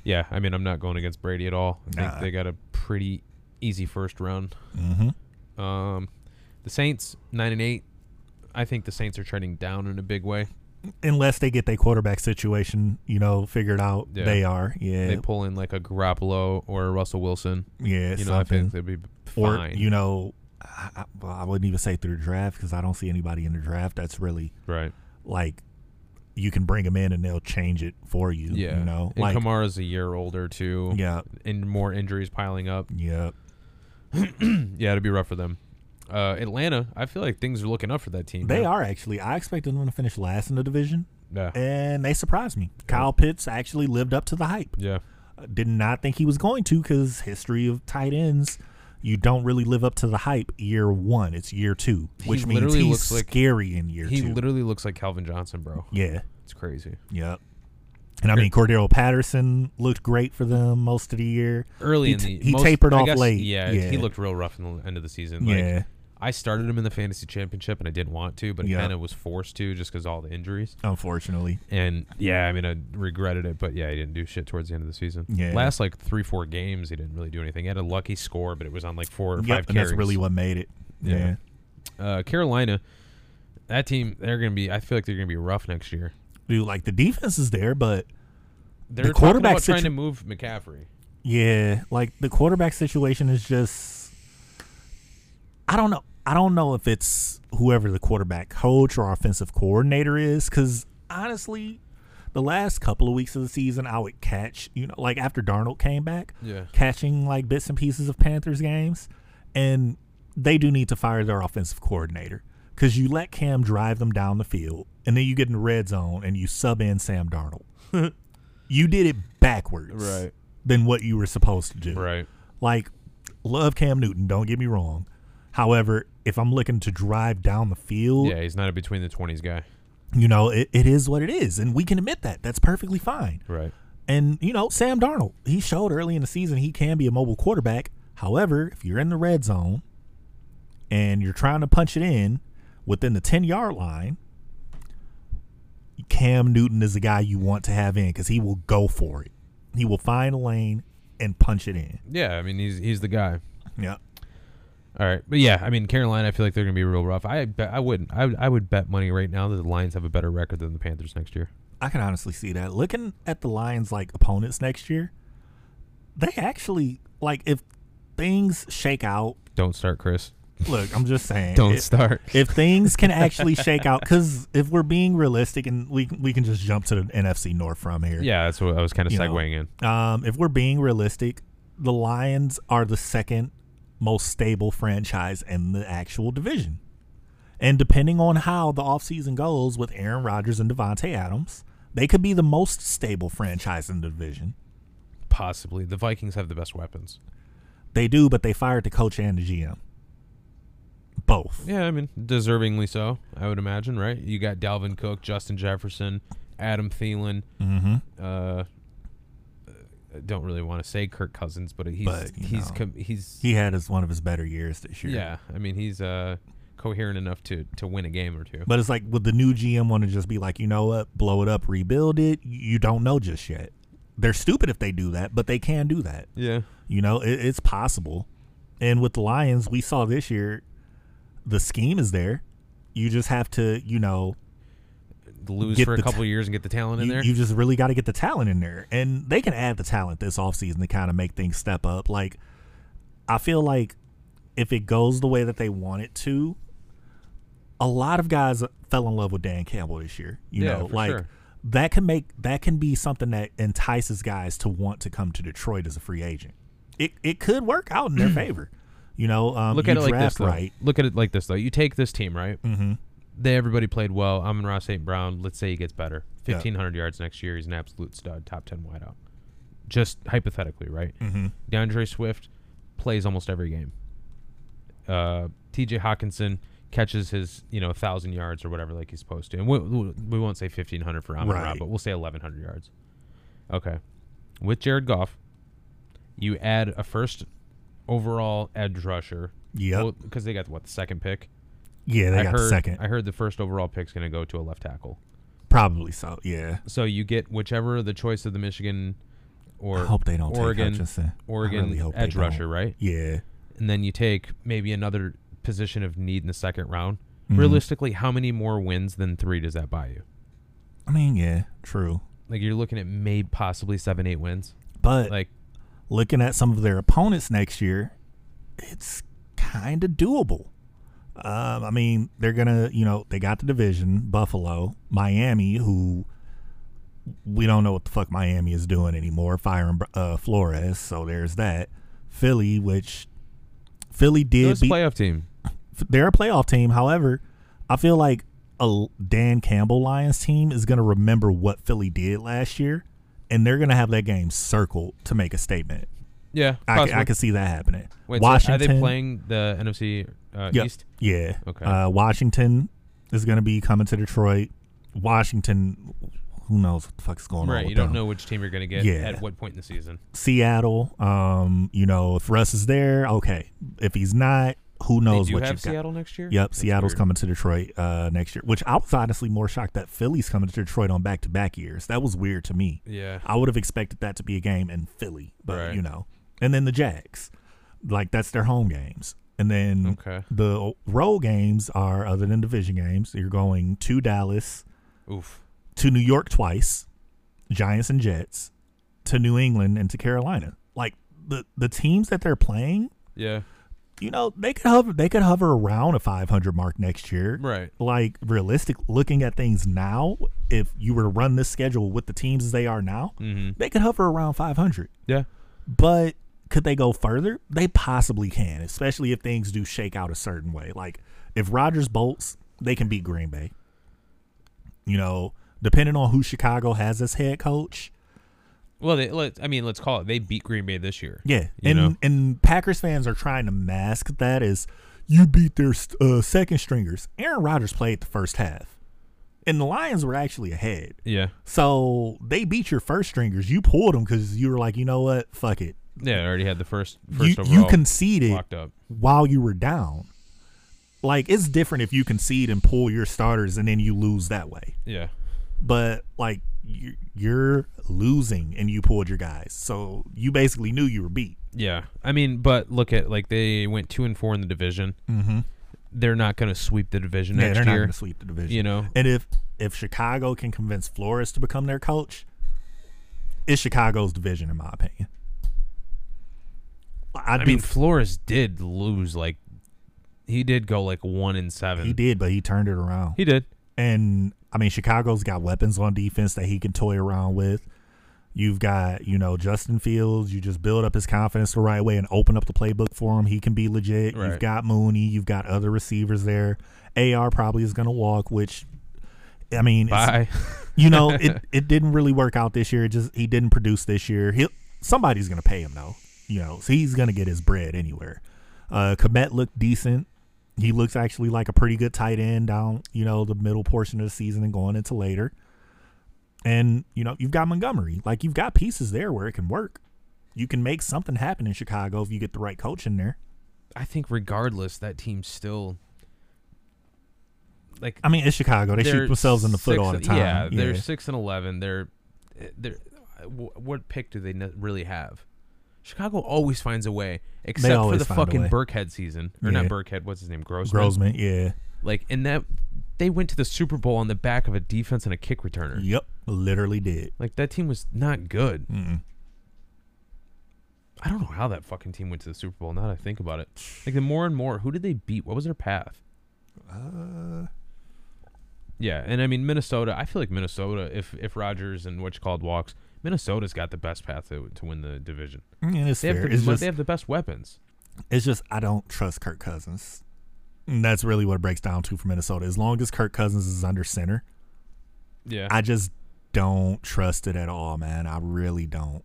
yeah, I mean, I'm not going against Brady at all. I Nah. think they got a pretty easy first round. mm-hmm Um, the Saints nine and eight. I think the Saints are trending down in a big way. unless they get their quarterback situation, you know, figured out, Yeah. they are. Yeah, They pull in like a Garoppolo or a Russell Wilson. yeah, You know, I something. think they'd be b- or fine. you know, I, I- well, I wouldn't even say through the draft because I don't see anybody in the draft that's really right? like you can bring them in and they'll change it for you. Yeah. you know, and like Kamara's a year older too. yeah, Mm-hmm. And more injuries piling up. yeah. Yeah, it'd be rough for them. Uh, Atlanta, I feel like things are looking up for that team. They man. are actually. I expected them to finish last in the division, Yeah. and they surprised me. Kyle Pitts actually lived up to the hype. Yeah. did not think he was going to because history of tight ends you don't really live up to the hype year one it's year two which means literally he's looks like- scary in year He two literally looks like Calvin Johnson, bro. yeah It's crazy. yep And I mean, Cordero Patterson looked great for them most of the year. Early He in t- the he most- tapered I off guess- late. Yeah, Yeah. he looked real rough in the end of the season. Like, Yeah. I started him in the fantasy championship and I didn't want to, but Yeah. kind of was forced to just because all the injuries. Unfortunately, And yeah, I mean, I regretted it, but yeah, he didn't do shit towards the end of the season. Yeah. Last like three, four games, he didn't really do anything. He had a lucky score, but it was on like four or yep, five and carries. that's really what made it. Yeah. Yeah, uh, Carolina, that team, they're going to be, I feel like they're going to be rough next year. dude, like the defense is there, but They're talking quarterback about trying to situ- move McCaffrey. yeah, like the quarterback situation is just. I don't know. I don't know if it's whoever the quarterback coach or offensive coordinator is, because honestly, the last couple of weeks of the season, I would catch, you know, like after Darnold came back, Yeah. catching like bits and pieces of Panthers games, and they do need to fire their offensive coordinator because you let Cam drive them down the field, and then you get in the red zone and you sub in Sam Darnold. you did it backwards, Right. Than what you were supposed to do, Right. Like, love Cam Newton. Don't get me wrong. However, if I'm looking to drive down the field, Yeah, he's not a between the 20s guy. you know, it, it is what it is, and we can admit that. That's perfectly fine. Right. And you know, Sam Darnold, he showed early in the season he can be a mobile quarterback. However, if you're in the red zone and you're trying to punch it in within the 10-yard line, Cam Newton is the guy you want to have in cuz he will go for it. He will find a lane and punch it in. Yeah, I mean, he's he's the guy. Yeah. All right, but yeah, I mean Carolina. I feel like they're gonna be real rough. I bet I wouldn't. I would, I would bet money right now that the Lions have a better record than the Panthers next year. I can honestly see that. Looking at the Lions like opponents next year, they actually like if things shake out, Don't start, Chris. look, I'm just saying. Don't if- start. if things can actually shake out, because if we're being realistic, and we we can just jump to the NFC North from here. yeah, that's what I was kind of You know, segueing in. Um, if we're being realistic, the Lions are the second most stable franchise in the actual division. And depending on how the offseason goes with Aaron Rodgers and Devontae Adams, they could be the most stable franchise in the division. Possibly the Vikings have the best weapons. They do, but they fired the coach and the GM. Both. Yeah, I mean deservingly so. I would imagine, right? You got Dalvin Cook, Justin Jefferson, Adam Thielen. Mm-hmm. Uh, I don't really want to say Kirk Cousins, but he's But, you he's know. com- he's He had his, one of his better years this year. yeah. I mean he's uh coherent enough to to win a game or two. But it's like, would the new GM want to just be like, you know what, blow it up, rebuild it? You don't know just yet. They're stupid if they do that, but they can do that. Yeah. You know, it, it's possible. And with the Lions, we saw this year, the scheme is there. You just have to, you know, lose Get for a the couple t- years and get the talent in you, there. you just really got to get the talent in there. And they can add the talent this offseason to kind of make things step up. Like, I feel like if it goes the way that they want it to, a lot of guys fell in love with Dan Campbell this year. You Yeah, know, for like sure. that can make that can be something that entices guys to want to come to Detroit as a free agent. It it could work out in their favor. You know, um, Look you at it like this, draft though. right? Look at it like this, though. You take this team, right? Mm-hmm. They everybody played well. I'm in Ross St. Brown. Let's say he gets better, Yeah. 1500 yards next year. He's an absolute stud, top 10 wideout. Just hypothetically, right? Mm-hmm. DeAndre Swift plays almost every game. Uh, T.J. Hawkinson catches his you know thousand yards or whatever like he's supposed to, and we, we we won't say 1500 for Amon Ra, Right. but we'll say 1100 yards. Okay, with Jared Goff, you add a first overall edge rusher. Yep. because they got what the second pick. Yeah, they I got heard. the second, I heard the first overall pick's going to go to a left tackle. probably so. Yeah, So you get whichever the choice of the Michigan or I hope they don't take Oregon Hutchinson. I Oregon really hope they edge don't. rusher, right? yeah. And then you take maybe another position of need in the second round. Mm-hmm. Realistically, how many more wins than three does that buy you? I mean, yeah, true. Like you're looking at maybe possibly seven, eight wins. But Like looking at some of their opponents next year, it's kind of doable. Um, I mean, they're gonna, you know, they got the division, Buffalo, Miami, who we don't know what the fuck Miami is doing anymore, firing uh, Flores. So there's that. Philly, which Philly it did was a beat playoff team. f- they're a playoff team. However, I feel like a L- Dan Campbell Lions team is going to remember what Philly did last year, and they're going to have that game circled to make a statement. Yeah, I, c- possibly. I can see that happening. Wait, so Washington, are they playing the NFC uh, Yeah, East? Yeah. Okay. Uh, Washington is going to be coming to Detroit. Washington, Who knows what the fuck's going on? Right, with you don't them. know which team you're going to get Yeah. at what point in the season. Seattle. Um, you know, if Russ is there, okay. If he's not, who knows they do what have you've got. Seattle next year. Yep, That's Seattle's weird. coming to Detroit uh, next year, which I was honestly more shocked that Philly's coming to Detroit on back to back years. That was weird to me. Yeah, I would have expected that to be a game in Philly, but Right. you know, and then the Jags, like that's their home games, and then Okay. the road games are other than division games. You're going to Dallas, oof. to New York twice, Giants and Jets, to New England and to Carolina. Like the the teams that they're playing, Yeah, you know, they could hover they could hover around a 500 mark next year. right. Like realistic looking at things now, if you were to run this schedule with the teams as they are now, hmm they could hover around 500. Yeah, But could they go further? They possibly can, especially if things do shake out a certain way. Like if Rodgers bolts, they can beat Green Bay. You know, depending on who Chicago has as head coach. Well, they, let, I mean, let's call it. They beat Green Bay this year. Yeah, You and know? and Packers fans are trying to mask that as you beat their uh, second stringers. Aaron Rodgers played the first half, and the Lions were actually ahead. Yeah. So they beat your first stringers. You pulled them because you were like, you know what, fuck it. Yeah, I already had the first You, first overall. you conceded locked up. while you were down. Like it's different if you concede and pull your starters and then you lose that way. Yeah. But like you- you're losing and you pulled your guys, so you basically knew you were beat. Yeah. I mean, but look at like they went 2 and 4 in the division. Mhm. They're not going to sweep the division Mm-hmm. Yeah, next they're not year. going to sweep the division. you know? and if if Chicago can convince Flores to become their coach, it's Chicago's division, in my opinion. I, I do, mean, Flores did lose like he did go like 1 and 7. he did, but he turned it around. He did. and I mean Chicago's got weapons on defense that he can toy around with. You've got, you know, Justin Fields. You just build up his confidence the right way and open up the playbook for him. He can be legit. Right. You've got Mooney. You've got other receivers there. AR probably is going to walk, which, I mean, it's- Bye. you know, it, it didn't really work out this year. It just he didn't produce this year. He somebody's gonna pay him though. You know, so he's gonna get his bread anywhere. Uh Komet looked decent. He looks actually like a pretty good tight end down, you know, the middle portion of the season and going into later. And, you know, you've got Montgomery. Like you've got pieces there where it can work. You can make something happen in Chicago if you get the right coach in there. I think regardless that team still like I mean, it's Chicago. They they're shoot themselves in the foot six- all the time. Yeah, they're six and eleven. They're they're wh- what pick do they ne- really have? Chicago always finds a way, except for always the find a fucking way. Burkhead season, or Yeah. not Burkhead. What's his name? Grossman. Grossman. Yeah. Like, and that they went to the Super Bowl on the back of a defense and a kick returner. Yep. Literally did. Like that team was not good. I don't know how that fucking team went to the Super Bowl. Now that I think about it, like the more and more, who did they beat? What was their path? Uh, Yeah, and I mean Minnesota. I feel like Minnesota. If if Rogers and what you called walks, Minnesota's got the best path to, to win the division. and it's They have, fair. the, It's mo- just they have the best weapons. It's just I don't trust Kirk Cousins. And that's really what it breaks down to for Minnesota. As long as Kirk Cousins is under center, Yeah, I, I just don't trust it at all, man. I really don't.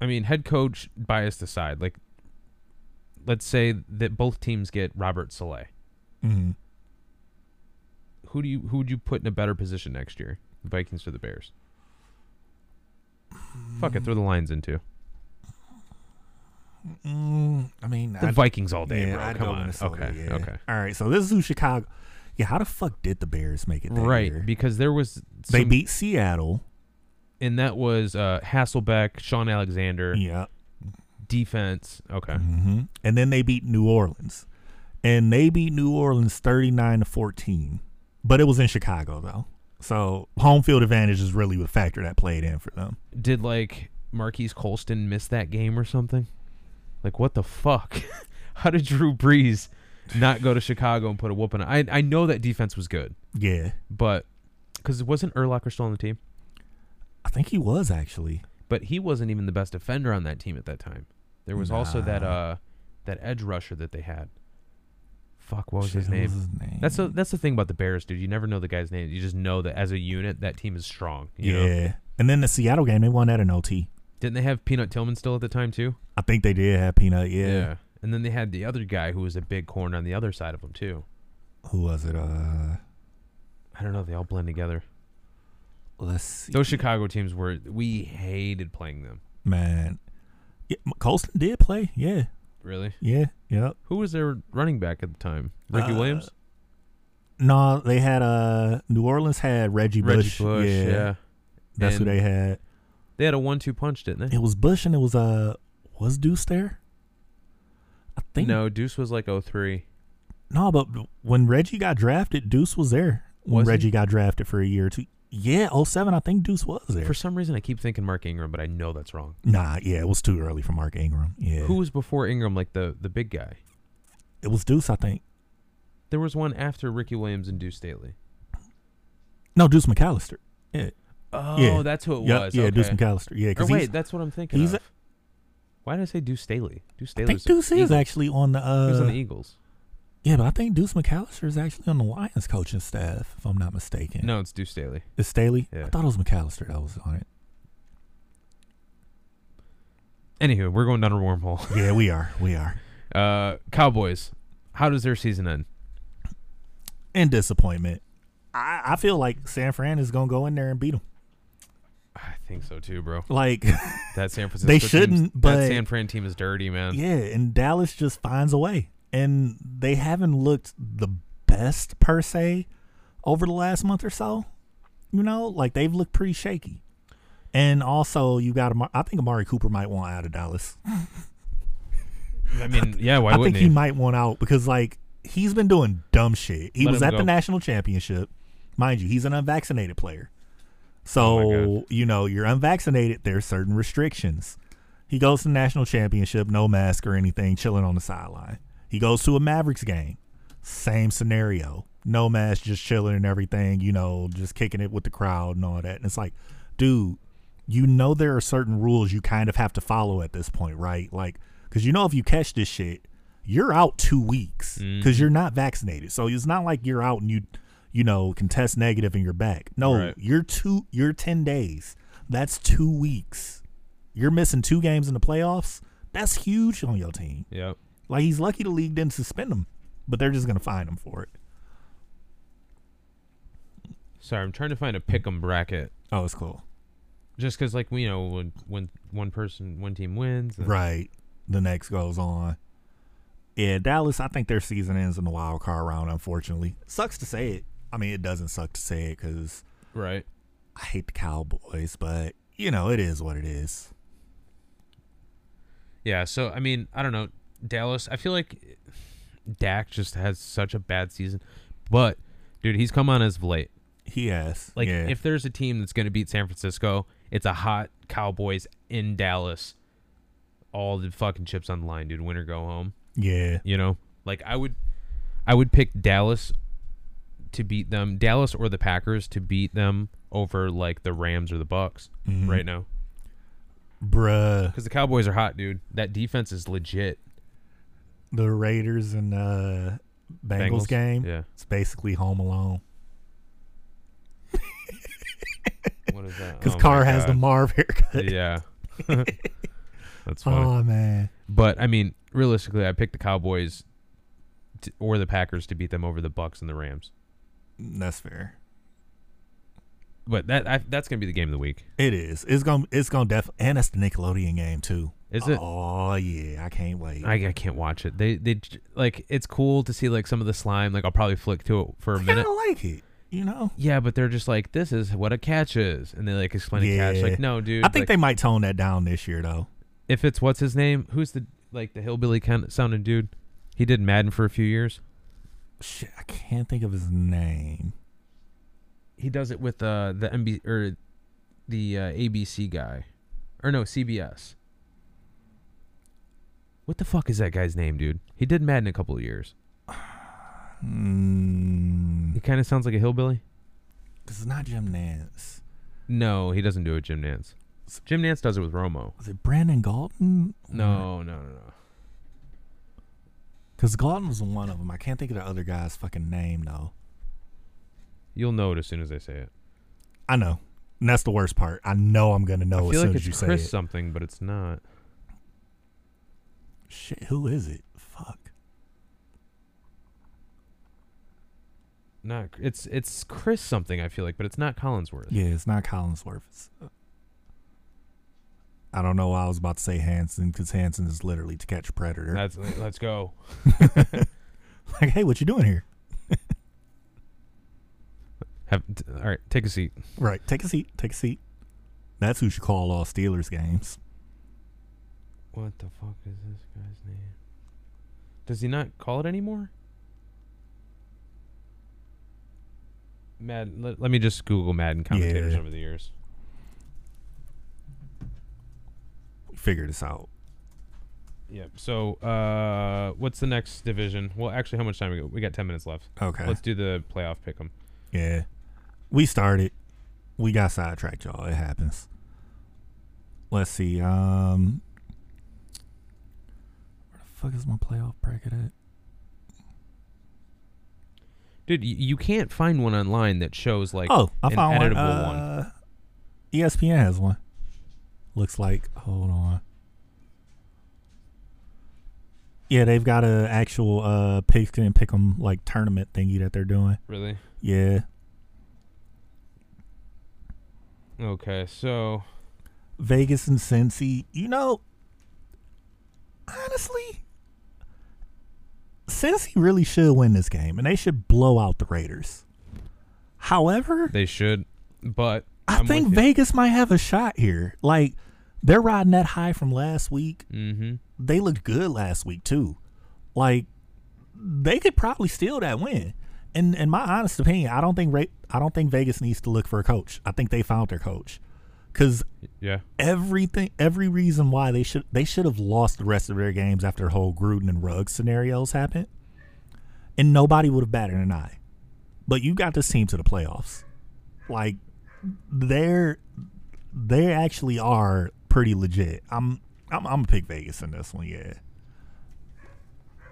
mean head coach bias aside, like let's say that both teams get Robert Saleh. hmm Who do you who would you put in a better position next year? The Vikings or the Bears? Fuck it, throw the Lions into Mm, I mean, the I'd- Vikings all day, yeah, bro. I'd Come go on, Minnesota, okay, yeah. okay, All right, so this is who Chicago. Yeah, how the fuck did the Bears make it? That right? year? Because there was they some- beat Seattle. and that was uh, Hasselbeck, Sean Alexander, Yeah, defense. Okay. hmm and then they beat New Orleans, and they beat New Orleans thirty nine to fourteen. But it was in Chicago though, so home field advantage is really the factor that played in for them. Did like Marquise Colston miss that game or something? Like what the fuck? How did Drew Brees not go to Chicago and put a whooping? I I know that defense was good, Yeah. but because wasn't Urlacher still on the team? I think he was actually. But he wasn't even the best defender on that team at that time. There was also that uh that edge rusher that they had. Fuck, what was his Shit, what name? was his name? That's the that's the thing about the Bears, dude. You never know the guy's name. You just know that as a unit, that team is strong. You yeah. know? And then the Seattle game, they won that in OT. Didn't they have Peanut Tillman still at the time too? I think they did have Peanut. Yeah. And then they had the other guy who was a big corn on the other side of them too. Who was it? Uh, I don't know. They all blend together. Let's see. Those Chicago teams were we hated playing them. Man. Yeah, M- Colston did play. Yeah. Really? Yeah. Yep. Who was their running back at the time? Ricky Uh, Williams, No, they had uh New Orleans had Reggie Reggie Bush. Bush. Yeah, That's And who they had. They had a one-two punch, didn't they? It was Bush and it was uh was Deuce there? I think No, Deuce was like 03. No, but when Reggie got drafted, Deuce was there. When Was he? Reggie got drafted for a year or two. Yeah, 07, I think Deuce was there. For some reason, I keep thinking Mark Ingram, but I know that's wrong. nah, yeah, it was too early for Mark Ingram. Yeah. Who was before Ingram, like the the big guy? It was Deuce, I think. There was one after Ricky Williams and Deuce Staley. No, Deuce McAllister. Yeah. Oh, Yeah. that's who it Yep, was. yeah, Deuce okay. McAllister. Yeah, Or because wait, that's what I'm thinking he's a- of. Why did I say Deuce Staley? Deuce I Staley. think Deuce is actually on the. Uh, he was on the Eagles. yeah, but I think Deuce McAllister is actually on the Lions coaching staff, if I'm not mistaken. No, it's Deuce Staley. Is Staley? Yeah. I thought it was McAllister that was on it. Anywho, we're going down a wormhole. Yeah, we are. We are. Uh, Cowboys. How does their season end? And disappointment. I, I feel like San Fran is going to go in there and beat them. I think so too, bro. Like, That San Francisco. They team's- shouldn't, but- that San Fran team is dirty, man. yeah, and Dallas just finds a way. And they haven't looked the best, per se, over the last month or so. You know, like they've looked pretty shaky. And also, you got, Amar- I think Amari Cooper might want out of Dallas. I mean, yeah. Why I wouldn't think he? might want out because like he's been doing dumb shit. He Let was him at go. the national championship, mind you. He's an unvaccinated player, Oh so my you know you're unvaccinated. There's certain restrictions. He goes to the national championship, no mask or anything, chilling on the sideline. He goes to a Mavericks game, same scenario, no mask, just chilling and everything. You know, just kicking it with the crowd and all that. And it's like, dude, you know there are certain rules you kind of have to follow at this point, right? Like, because you know if you catch this shit, you're out two weeks because you're not vaccinated. So it's not like you're out and you, you know, can test negative and you're back. No, Right. you're two, you're ten days. That's two weeks. You're missing two games in the playoffs. That's huge on your team. he? Yep. Like he's lucky the league didn't suspend him, but they're just gonna fine him for it. Sorry, I'm trying to find a pick'em bracket. Oh, it's cool. Just because, like, we you know, when when one person, one team wins, and Right. The next goes on. Yeah, Dallas, I think their season ends in the wild card round, unfortunately. Sucks to say it. I mean, it doesn't suck to say it because right. I hate the Cowboys, but, you know, it is what it is. Yeah, so I mean, I don't know. Dallas, I feel like Dak just has such a bad season. But dude, he's come on as of late. He has. Like yeah. if there's a team that's going to beat San Francisco, it's a hot Cowboys in Dallas. All the fucking chips on the line, dude. Win or go home, yeah. you know? Like I would I would pick Dallas to beat them, Dallas or the Packers to beat them over like the Rams or the Bucks Mm-hmm. right now. Bruh. Cuz the Cowboys are hot, dude. That defense is legit. The Raiders and uh, Bengals, Bengals, game. yeah. It's basically home alone. What is that? Because Oh my Carr has the God. Marv haircut. yeah. That's funny. oh, man. but I mean, realistically, I picked the Cowboys t or the Packers to beat them over the Bucks and the Rams. That's fair. But that I, that's gonna be the game of the week. It is. It's gonna. It's gonna def. And that's the Nickelodeon game too. Is it? Oh yeah, I can't wait. I, I can't watch it. They they j- like it's cool to see like some of the slime. Like I'll probably flick to it for a kind minute. of like it. You know. Yeah, but they're just like this is what a catch is, and they like explain a catch. Yeah. Like no, dude. I think like, they might tone that down this year though. if it's what's his name, who's the like the hillbilly kind sounding dude? He did Madden for a few years. Shit, I can't think of his name. he does it with uh the MB or the uh, ABC guy, or no CBS. What the fuck is that guy's name, dude? He did Madden a couple of years. Mm, He kind of sounds like a hillbilly. 'cause Hmm. it's not Jim Nance. No, he doesn't do it. Jim Nance. Jim Nance does it with Romo. Was it Brandon Galton? No, no, no, no. Because Galton was one of them. I can't think of the other guy's fucking name though. You'll know it as soon as I say it. I know. And that's the worst part. I know I'm gonna know I Oh, as feel soon like as you it's say Chris it. something, but it's not. Shit, who is it? Fuck. Not it's it's Chris something I feel like, but it's not Collinsworth. Yeah, it's not Collinsworth. It's, uh, I don't know why I was about to say Hanson because Hanson is literally to catch a predator. That's uh, let's go. like, hey, what you doing here? Have t- all right, take a seat. Right. Take a seat. Take a seat. That's who should call all Steelers games. What the fuck is this guy's name? Does he not call it anymore? Madden. Let, let me just Google Madden commentators Yeah. over the years. Figure this out. Yep. So, uh, what's the next division? Well, actually, how much time we got? We got ten minutes left. Okay. Let's do the playoff pick 'em. yeah. We started. We got sidetracked, y'all. It happens. Let's see. Um Where the fuck is my playoff bracket at? dude. You, you can't find one online that shows like Oh, I an found one. editable one. Uh, ESPN has one. Looks like. Hold on. Yeah, they've got a actual uh pick and pick 'em like tournament thingy that they're doing. Really? Yeah, Okay. So Vegas and Cincy. You know, honestly, Cincy really should win this game, and they should blow out the Raiders. However, they should, but I I'm think with Vegas might have a shot here. Like they're riding that high from last week. you. Mm-hmm. they looked good last week too. Like they could probably steal that win. And in my honest opinion, I don't think Ra- I don't think Vegas needs to look for a coach. I think they found their coach because Yeah. everything, every reason why they should they should have lost the rest of their games after the whole Gruden and Ruggs scenarios happened, and nobody would have batted an eye. But you got this team to the playoffs, like they're they actually are pretty legit. I'm I'm I'm gonna pick Vegas in this one. Yeah,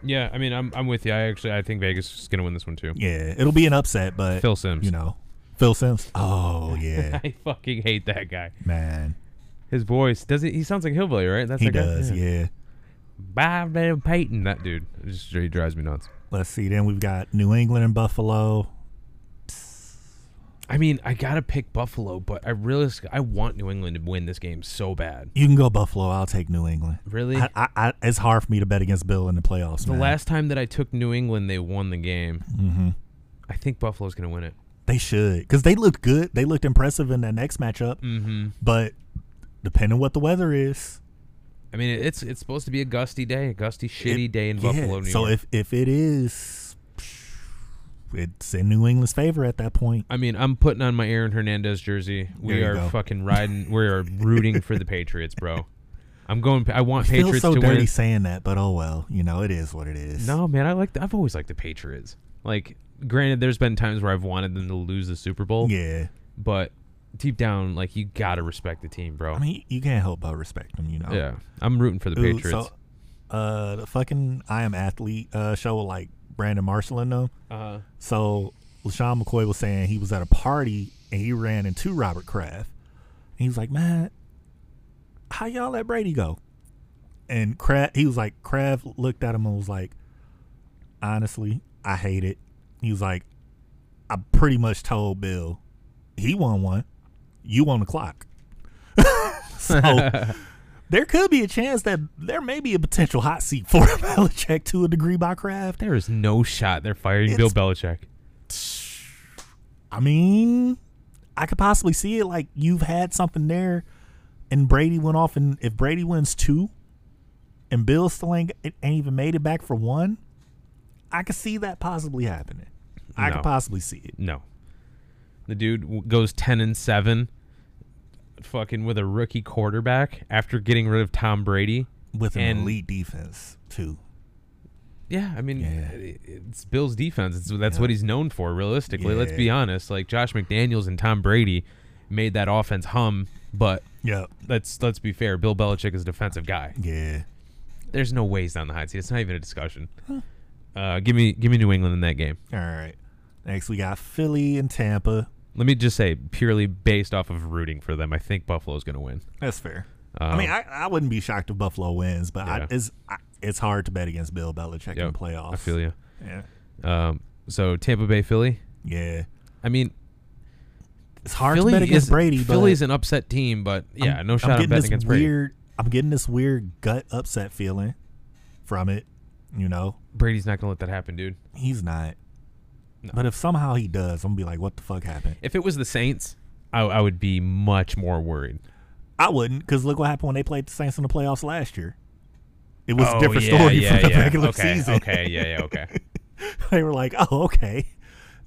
Yeah. I mean, I'm I'm with you. I actually I think Vegas is gonna win this one too. yeah, it'll be an upset, but Phil Sims. you know, Phil Sims. Oh yeah, I fucking hate that guy. man, His voice does he? He sounds like hillbilly, right? That's he that guy? does. yeah. Bob Payton, that dude, It just he drives me nuts. Let's see. Then we've got New England and Buffalo. I mean, I gotta pick Buffalo, but I really I want New England to win this game so bad. You can go Buffalo. I'll take New England. Really, I, I, I, it's hard for me to bet against Bill in the playoffs. the man. last time that I took New England, they won the game. Mm-hmm. I think Buffalo's gonna win it. they should because they looked good. They looked impressive in that next matchup. Mm-hmm. But depending what the weather is, I mean, it's it's supposed to be a gusty day, a gusty shitty it- day in yeah. Buffalo, New so York. if if it is, it's in New England's favor at that point. I mean, I'm putting on my Aaron Hernandez jersey. We There you are go. fucking riding. we are rooting for the Patriots, bro. I'm going. I want Feels Patriots so to dirty win. saying that, but oh well. You know it is what it is. No, man, I like. I've always liked the Patriots. Like, granted, there's been times where I've wanted them to lose the Super Bowl. Yeah. But deep down, like, you gotta respect the team, bro. I mean, you can't help but respect them. You know. yeah, I'm rooting for the Ooh, Patriots. So, uh, the fucking I am athlete uh, show with, like Brandon Marshall and them. uh, So LaShawn McCoy was saying he was at a party and he ran into Robert Kraft. And he was like, Man, how y'all let Brady go? And Kraft he was like, Kraft looked at him and was like, Honestly, I hate it. He was like, I pretty much told Bill, he won one. You on the clock. so there could be a chance that there may be a potential hot seat for Belichick to a degree by Kraft. there is no shot they're firing Bill Belichick. I mean, I could possibly see it. Like you've had something there, and Brady went off, and if Brady wins two, and Bill still ain't, ain't even made it back for one, I could see that possibly happening. I No. could possibly see it. No, the dude w- goes ten and seven, fucking with a rookie quarterback after getting rid of Tom Brady. With an And- elite defense too. Yeah, I mean, Yeah. i- it's Bill's defense. It's, that's Yeah. what he's known for. Realistically, let's Yeah. be honest. Like Josh McDaniels and Tom Brady made that offense hum, but Yep. let's let's be fair. Bill Belichick is a defensive guy. Yeah. There's no ways down the hot seat. It's not even a discussion. Uh, give me give me New England in that game. All right. Next we got Philly and Tampa. Let me just say, purely based off of rooting for them, I think Buffalo's going to win. That's fair. I Um, mean, I, I wouldn't be shocked if Buffalo wins, but I, Yeah. it's I, it's hard to bet against Bill Belichick in Yep, playoffs. I feel you. Yeah. Um, so Tampa Bay, Philly. Yeah, I mean, it's hard Philly to bet against is, Brady. but Philly's an upset team, but yeah, I'm- no shot I'm on getting betting this against Brady. weird. I'm getting this weird gut upset feeling from it. You know, Brady's not gonna let that happen, dude. he's not. No. But if somehow he does, I'm gonna be like, "What the fuck happened?" If it was the Saints, I, I would be much more worried. I wouldn't, because look what happened when they played the Saints in the playoffs last year. It was Oh, a different yeah, story yeah, from the yeah. regular okay, season. Okay, yeah, yeah, okay. they were like, "Oh, okay,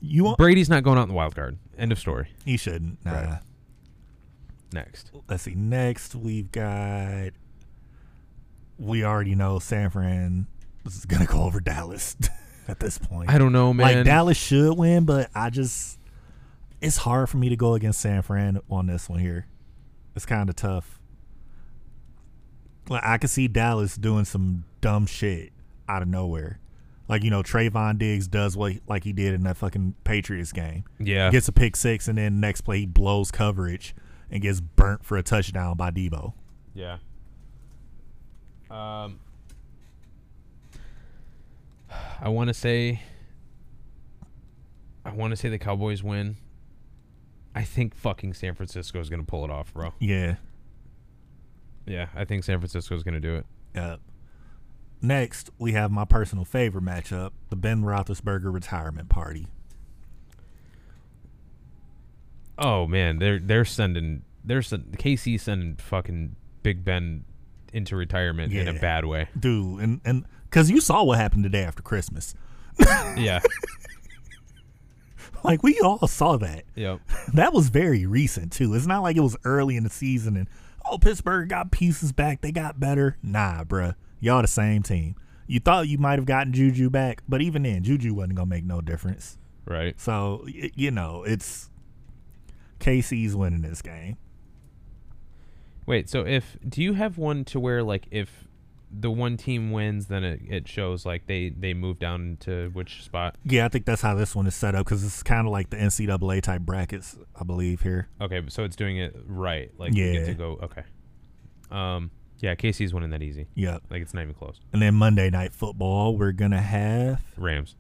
you want?" Brady's not going out in the wild card. End of story. He shouldn't. Nah. Right. Next. Let's see. Next, we've got. We already know San Fran is gonna go over Dallas at this point. I don't know, man. Like Dallas should win, but I just it's hard for me to go against San Fran on this one here. It's kind of tough. Like I could see Dallas doing some dumb shit out of nowhere. Like you know, Trayvon Diggs does what like he did in that fucking Patriots game. yeah. Gets a pick six, and then next play he blows coverage and gets burnt for a touchdown by Debo. Yeah. Um, I want to say. I want to say the Cowboys win. I think fucking San Francisco is gonna pull it off, bro. Yeah. Yeah, I think San Francisco is gonna do it. Yep. Next, we have my personal favorite matchup: the Ben Roethlisberger retirement party. Oh man, they're they're sending they're send, KC sending fucking Big Ben into retirement in a Yeah. bad way. dude and and because you saw what happened the day after christmas Yeah. like we all saw that yep. that was very recent too it's not like it was early in the season and oh pittsburgh got pieces back they got better nah bruh y'all the same team you thought you might have gotten juju back but even then juju wasn't gonna make no difference Right. so y- you know it's kc's winning this game Wait, so if do you have one to where like if the one team wins, then it, it shows like they they move down to which spot? yeah i think that's how this one is set up because it's kind of like the ncaa type brackets i believe here Okay, so it's doing it right. Like you get Yeah. to go. Okay. Um. Yeah, KC's winning that easy. yep Like it's not even close. and then monday night football we're gonna have Rams.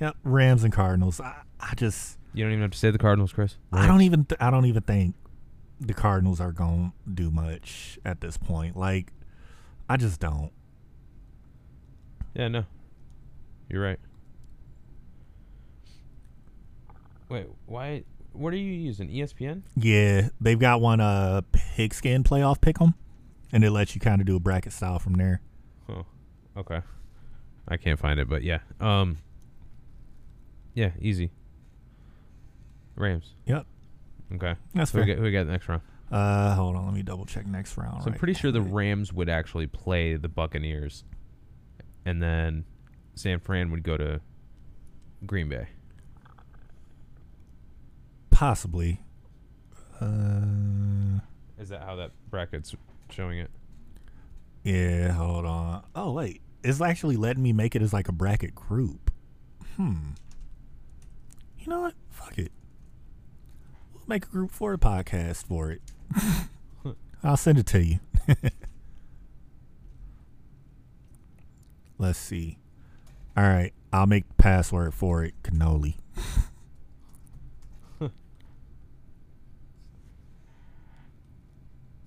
Yep, Rams and Cardinals. I, I just You don't even have to say the Cardinals, Chris. I don't even th- I don't even think the Cardinals are going to do much at this point. Like I just don't. Yeah, no. You're right. Wait, why? What are you using? E ESPN? Yeah, they've got one uh pigskin playoff pick'em and it lets you kind of do a bracket style from there. Oh, okay. I can't find it, but yeah. Um. Yeah, easy. Rams. Yep. Okay. That's Who we fair. got, who we got next round? Uh hold on, let me double check next round. So I'm right pretty sure the quick. Rams would actually play the Buccaneers, and then San Fran would go to Green Bay. possibly uh Is that how that bracket's showing it? yeah, hold on. Oh wait, it's actually letting me make it as like a bracket group. Hmm. You know what? Fuck it. We'll make a group for the podcast for it. I'll send it to you. Let's see. All right, I'll make the password for it. Cannoli.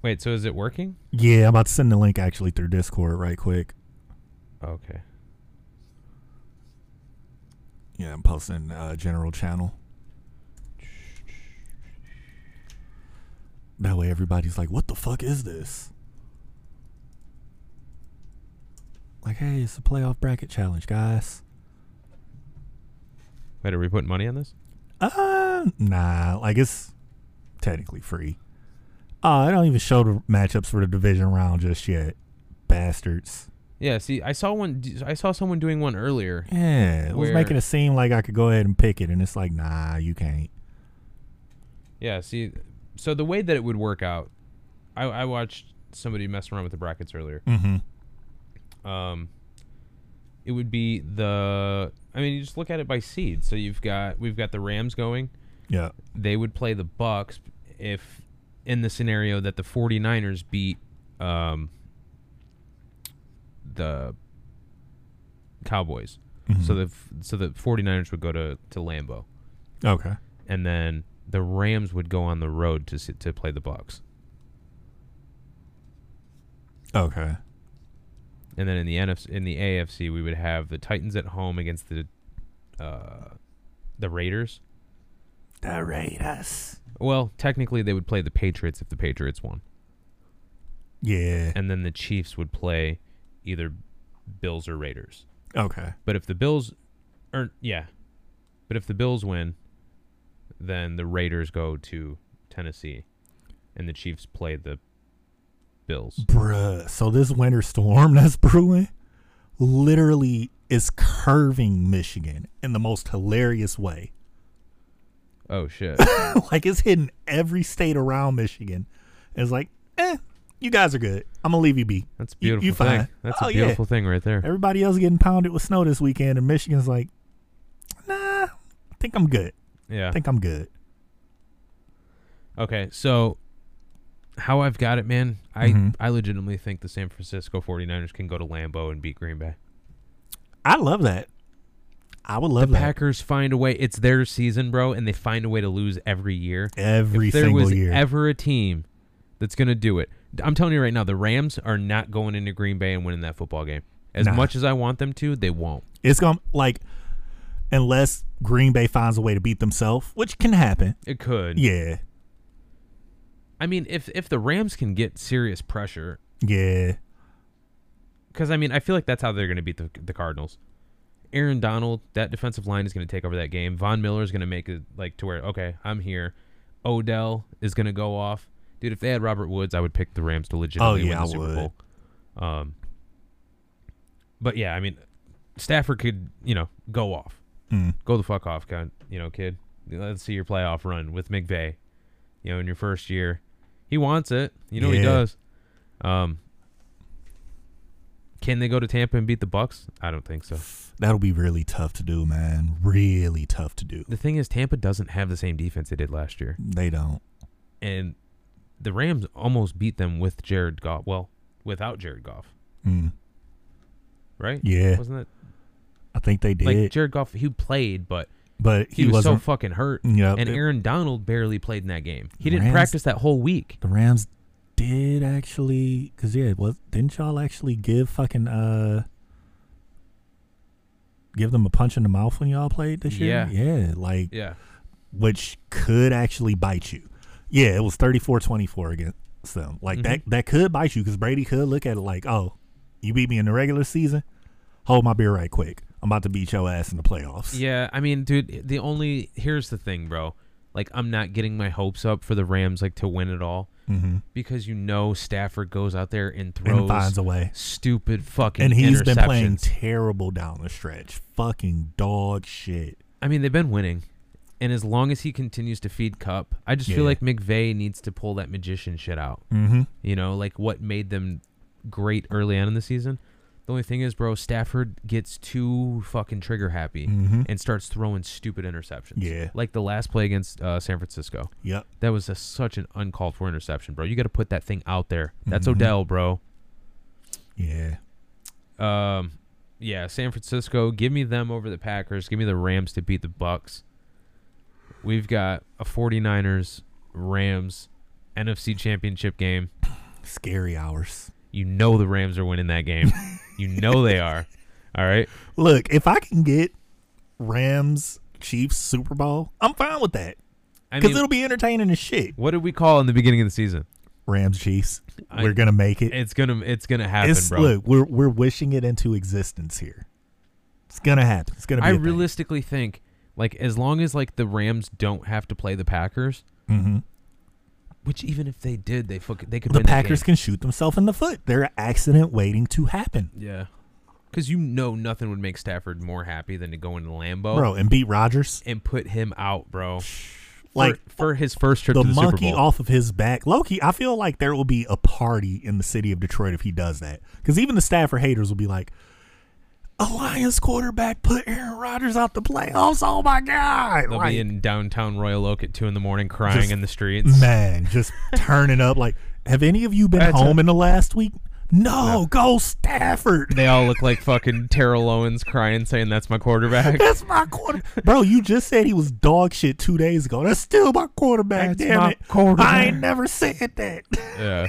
Wait, so is it working? Yeah, I'm about to send the link actually through Discord right quick. Okay. Yeah, I'm posting uh, general channel. That way, everybody's like, "What the fuck is this?" Like, hey, it's a playoff bracket challenge, guys. Wait, are we putting money on this? Uh, nah, like it's technically free. Oh, I don't even show the matchups for the division round just yet, bastards. Yeah. See, I saw one. d- I saw someone doing one earlier. Yeah, it was Where- making it seem like I could go ahead and pick it, and it's like, nah, you can't. Yeah. See, so the way that it would work out, I, I watched somebody mess around with the brackets earlier. Mm-hmm. um, it would be the. I mean, you just look at it by seed. So you've got we've got the Rams going. Yeah. They would play the Bucks if in the scenario that the 49ers beat um, the Mm-hmm. Cowboys. So the f- so the 49ers would go to to Lambeau. Mm-hmm. Okay. and then the Rams would go on the road to sit, to play the Bucks, Okay. and then in the NFC in the AFC we would have the Titans at home against the uh, the Raiders. The Raiders. Well, technically they would play the Patriots if the Patriots won, Yeah. and then the Chiefs would play either Bills or Raiders. Okay. But if the Bills, or yeah, but if the Bills win, then the Raiders go to Tennessee, and the Chiefs play the Bills. Bruh. So this winter storm that's brewing literally is curving Michigan in the most hilarious way. Oh shit. like it's hitting every state around Michigan. It's like, eh, you guys are good. I'm gonna leave you be. That's a You- you beautiful thing. fine. That's Oh, a yeah. beautiful thing right there. Everybody else getting pounded with snow this weekend, and Michigan's like, nah, I think I'm good. Yeah. I think I'm good. Okay, so how I've got it, man, I Mhm. I legitimately think the San Francisco 49ers can go to Lambeau and beat Green Bay. I love that. I would love that Packers find a way. It's their season, bro, and they find a way to lose every year. every if there single was year. ever a team that's going to do it, I'm telling you right now, the Rams are not going into Green Bay and winning that football game. As Nah. much as I want them to, they won't. it's gonna like, unless Green Bay finds a way to beat themselves, which can happen. It could. Yeah, I mean, if if the Rams can get serious pressure yeah, because I mean, I feel like that's how they're going to beat the, the Cardinals. Aaron Donald, that defensive line is going to take over that game. Von Miller is going to make it like to where okay, I'm here. Odell is going to go off, dude. If they had Robert Woods, I would pick the Rams to legitimately Oh, yeah, win the I Super would. Bowl. Um, but yeah, I mean, Stafford could you know go off, Mm. go the fuck off, kind you know, kid. Let's see your playoff run with McVay. You know, in your first year, he wants it. You know he Yeah. does. Um, can they go to Tampa and beat the Bucks? I don't think so. that'll be really tough to do, man. Really tough to do. The thing is, Tampa doesn't have the same defense they did last year, They don't. and the Rams almost beat them with Jared Goff. Well, without Jared Goff, Mm. right? Yeah. wasn't I think they that did, like Jared Goff? He played, but but he, he, was so wasn't. fucking hurt. Yep. And It- Aaron Donald barely played in that game. He didn't Rams- practice that whole week. the Rams did actually, because yeah, was didn't y'all actually give fucking uh give them a punch in the mouth when y'all played this year? Yeah. yeah, like Yeah. which could actually bite you. Yeah, it was 34-24 against them. Like that Mm-hmm. that could bite you because Brady could look at it like, oh, you beat me in the regular season. Hold my beer right quick. I'm about to beat your ass in the playoffs. Yeah, I mean, dude, the only here's the thing, bro. Like, I'm not getting my hopes up for the Rams like to win it all hmm because you know Stafford goes out there and throws and finds a way. stupid fucking And he's been playing interceptions. terrible down the stretch. Fucking dog shit. I mean, they've been winning, and as long as he continues to feed Cup, I just feel Yeah. like McVay needs to pull that magician shit out. Mm-hmm. You know, like what made them great early on in the season. The only thing is, bro, Stafford gets too fucking trigger happy Mhm. and starts throwing stupid interceptions. Yeah. like the last play against uh, San Francisco. Yep. That was a, such an uncalled for interception, bro. You got to put that thing out there. That's Odell, bro. Yeah. Um, yeah, San Francisco. Give me them over the Packers. Give me the Rams to beat the Bucks. We've got a 49ers Rams NFC Championship game. Scary hours. You know the Rams are winning that game. you know they are. All right. Look, if I can get Rams Chiefs Super Bowl, I'm fine with that I because mean, it'll be entertaining as shit. what did we call in the beginning of the season? Rams Chiefs, I- we're gonna make it. It's gonna, it's gonna happen, It's bro. look, we're we're wishing it into existence here. It's gonna happen. It's gonna. Be I a thing. realistically think, like, as long as like the Rams don't have to play the Packers, Mhm. which even if they did, they fuck, they could the win that Packers game. can shoot themselves in the foot. They're an accident waiting to happen, Yeah. Because you know nothing would make Stafford more happy than to go into Lambeau bro. And beat Rodgers and put him out, bro. like for, for his first trip the, to the Super monkey Bowl. off of his back. Loki, I feel like there will be a party in the city of Detroit if he does that. Because even the Stafford haters will be like, "A Lions quarterback put Aaron Rodgers out the playoffs. Oh my god! They'll Like, be in downtown Royal Oak at two in the morning, crying Just in the streets. man, just turning up. Like, have any of you been That's home a- in the last week? No, go Stafford. They all look like fucking Terrell Owens crying, saying that's my quarterback. That's my quarter, bro. You just said he was dog shit two days ago. That's still my quarterback. That's damn my it, I quarterback. ain't never said that. yeah.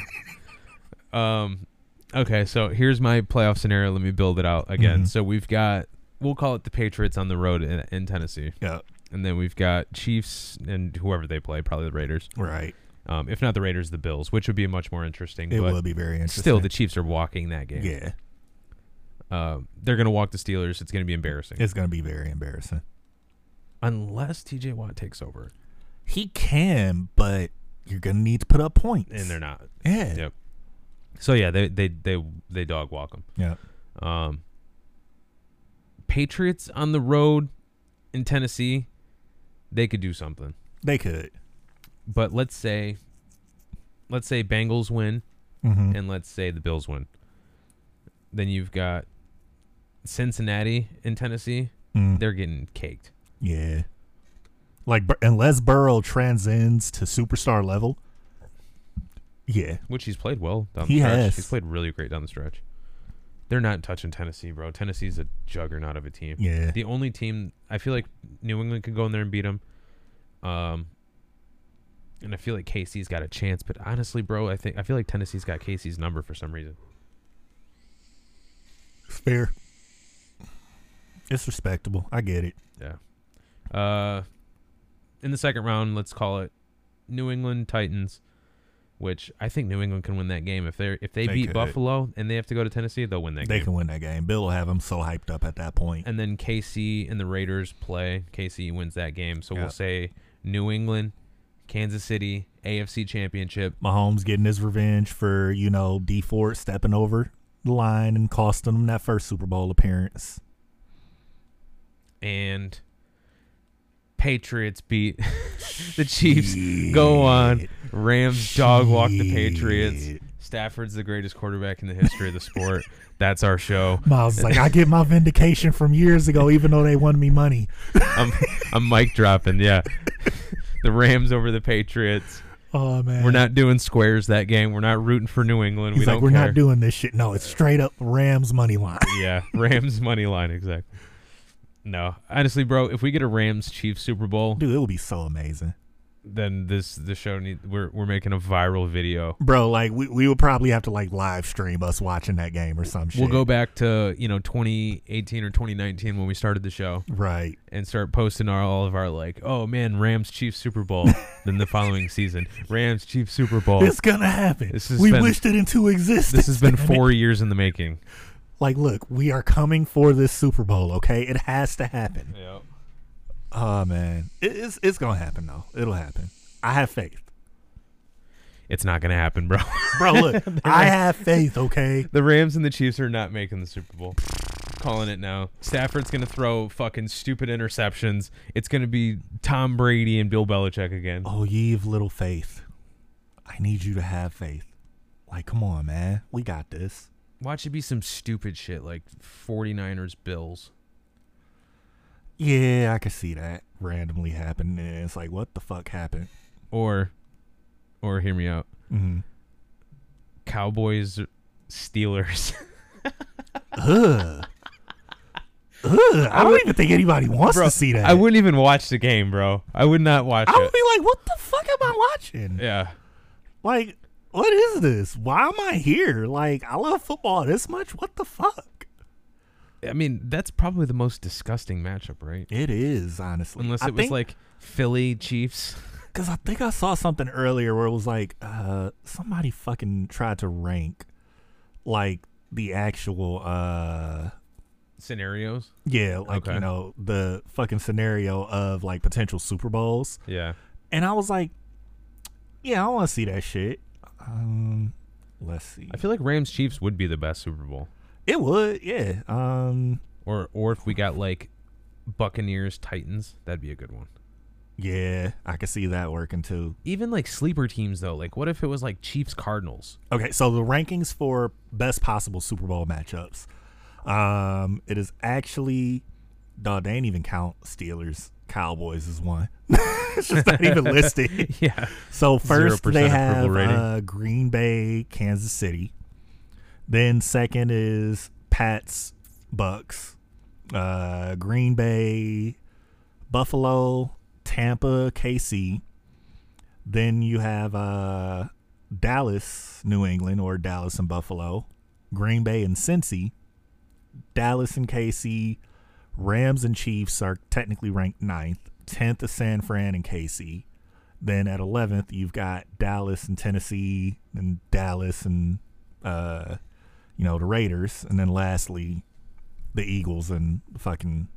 Um. Okay, so here's my playoff scenario. Let me build it out again. Mm-hmm. So we've got we'll call it the Patriots on the road in, in Tennessee, yeah, and then we've got Chiefs and whoever they play, probably the Raiders. right. Um, if not the Raiders, the Bills, which would be much more interesting. It but would be very interesting. still, the Chiefs are walking that game. yeah, Um, they're gonna walk the Steelers. It's gonna be embarrassing it's gonna be very embarrassing. unless T.J. Watt takes over, He can, but you're gonna need to put up points. and they're not. yeah, Yep. So yeah, they they they they dog walk them. yeah. Um, Patriots on the road in Tennessee, they could do something. They could. But let's say, let's say Bengals win, Mm-hmm. and let's say the Bills win. Then you've got Cincinnati in Tennessee. Mm. They're getting caked. Yeah. Like Bur- unless Burrow transcends to superstar level. Yeah. Which he's played well down He the stretch. has. He's played really great down the stretch. They're not touching Tennessee, bro. Tennessee's a juggernaut of a team. Yeah. The only team I feel like New England could go in there and beat them. Um, and I feel like KC's got a chance, but honestly, bro, I think I feel like Tennessee's got Casey's number for some reason. Fair. It's respectable. I get it. Yeah. Uh, in the second round, let's call it New England Titans, which I think New England can win that game if they if they, They beat could. Buffalo and they have to go to Tennessee, they'll win that They game. can win that game. Bill will have him so hyped up at that point. and then KC and the Raiders play. KC wins that game, so Yeah. we'll say New England, Kansas City, AFC Championship. Mahomes getting his revenge for, you know, D Ford stepping over the line and costing him that first Super Bowl appearance. and Patriots beat the Chiefs. Go on. Rams dog walk the Patriots. Shit. Stafford's the greatest quarterback in the history of the sport. That's our show. Miles is like, I get my vindication from years ago, even though they won me money. I'm I'm mic dropping, yeah. The Rams over the Patriots. Oh man. We're not doing squares that game. We're not rooting for New England. we He's don't like, we're care. not doing this shit. No, it's straight up Rams money line. yeah, Rams money line exactly. No, honestly, bro, if we get a Rams Chiefs Super Bowl, Dude, it would be so amazing. then this the show need we're we're making a viral video. Bro, like we, we would probably have to like live stream us watching that game or some shit. We'll go back to you know 2018 or 2019 when we started the show Right. and start posting our, all of our like, oh man, Rams Chiefs Super Bowl. then the following season, Rams Chiefs Super Bowl. It's gonna happen. Oh. This has we been- wished it into existence. this has been damn it. four years in the making. Like, look, we are coming for this Super Bowl, okay? It has to happen. Yeah. Oh man. It, it's it's gonna happen though. It'll happen. I have faith. It's not gonna happen, bro. Bro, look, I have faith, okay? the Rams and the Chiefs are not making the Super Bowl. Calling it now. Stafford's gonna throw fucking stupid interceptions. It's gonna be Tom Brady and Bill Belichick again. Oh, ye of little faith. I need you to have faith. Like, come on, man. We got this. Watch it be some stupid shit like 49ers Bills. Yeah, I could see that randomly happening. And it's like, what the fuck happened? Or or hear me out. Mm-hmm. Cowboys Steelers. Ugh. Ugh. I don't even think anybody wants to see that. I wouldn't even watch the game, bro. I would not watch I would it. be like, what the fuck am I watching? yeah. Like, what is this? Why am I here? Like, I love football this much. What the fuck? I mean, that's probably the most disgusting matchup, right? It is honestly. Unless I it was think- like Philly Chiefs. Because I think I saw something earlier where it was like uh, somebody fucking tried to rank like the actual uh Scenarios. yeah like Okay. you know the fucking scenario of like potential Super Bowls Yeah. and I was like yeah I want to see that shit um let's see I feel like Rams Chiefs would be the best Super Bowl. it would yeah um Or or if we got like Buccaneers Titans, that'd be a good one. yeah I could see that working too Even like sleeper teams though, like what if it was like Chiefs Cardinals? Okay, so the rankings for best possible Super Bowl matchups. Um, it is actually, dawg, they ain't even count Steelers. Cowboys is one. it's just not even listed. yeah. So first 0% they approval have rating. uh, Green Bay, Kansas City. Then second is Pats, Bucks, uh, Green Bay, Buffalo, Tampa, KC. Then you have uh, Dallas, New England, or Dallas and Buffalo, Green Bay and Cincy, Dallas and KC, Rams and Chiefs are technically ranked ninth. Tenth is San Fran and KC. Then at eleventh, you've got Dallas and Tennessee, and Dallas and uh, you know the Raiders, and then lastly, the Eagles and fucking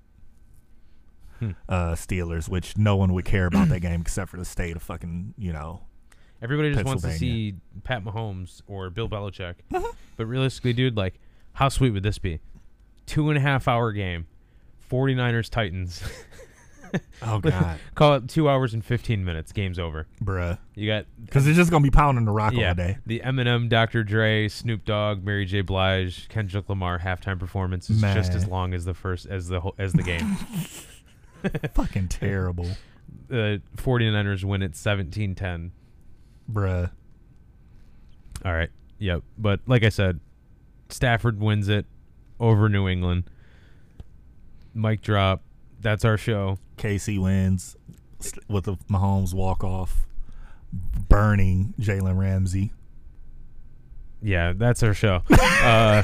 uh, Steelers, which no one would care about that game except for the state of fucking you know. Everybody just wants to see Pennsylvania. Pat Mahomes or Bill Belichick. but realistically, dude, like, how sweet would this be? Two and a half hour game, 49ers Titans. Oh God, Call it two hours and 15 minutes. Game's over. bruh, You got, because it's just gonna be pounding the rock yeah, all day. the Eminem, Dr. Dre, Snoop Dogg, Mary J. Blige, Kendrick Lamar halftime performance is just as Man. long as the first, as the whole, as the game. Fucking terrible, The 49ers win at 17 10. bruh. All right. Yep. But like I said, Stafford wins it over New England. Mic drop. That's our show. KC wins s- with the Mahomes walk off, burning Jalen Ramsey. Yeah, that's our show. uh,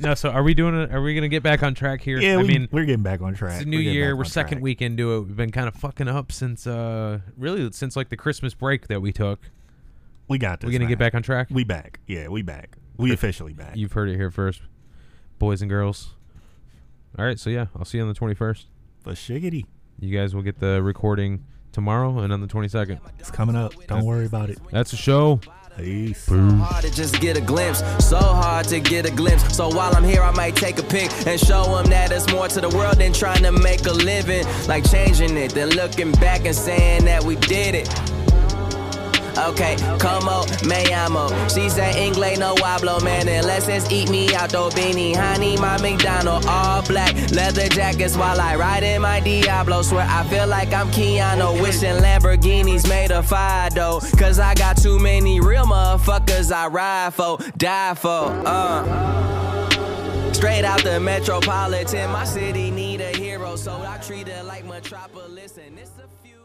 no, so are we doing? it? are we gonna get back on track here? Yeah, I we, mean, we're getting back on track. it's a new getting year. back We're on second track. week into it. We've been kind of fucking up since, uh, really, since like the Christmas break that we took. We got this. We're gonna man. get back on track. We back. Yeah, we back. We officially back. You've heard it here first, boys and girls. All right, so yeah, I'll see you on the twenty first. For shiggity. You guys will get the recording tomorrow and on the twenty second. It's coming up. Don't worry about it. That's a show. Peace. So hard to just get a glimpse. So hard to get a glimpse. So while I'm here, I might take a pic and show them that it's more to the world than trying to make a living. Like changing it, then looking back and saying that we did it. Okay, como me amo. She say inglés no hablo, man. Unless it's eat me out, though, beanie. Honey, my McDonald, all black. Leather jackets while I ride in my Diablo. Swear I feel like I'm Keanu. Wishing Lamborghinis made a fire, though. Cause I got too many real motherfuckers I ride for, die for, uh. Straight out the metropolitan, my city need a hero, so I treat it like metropolis. And it's a few.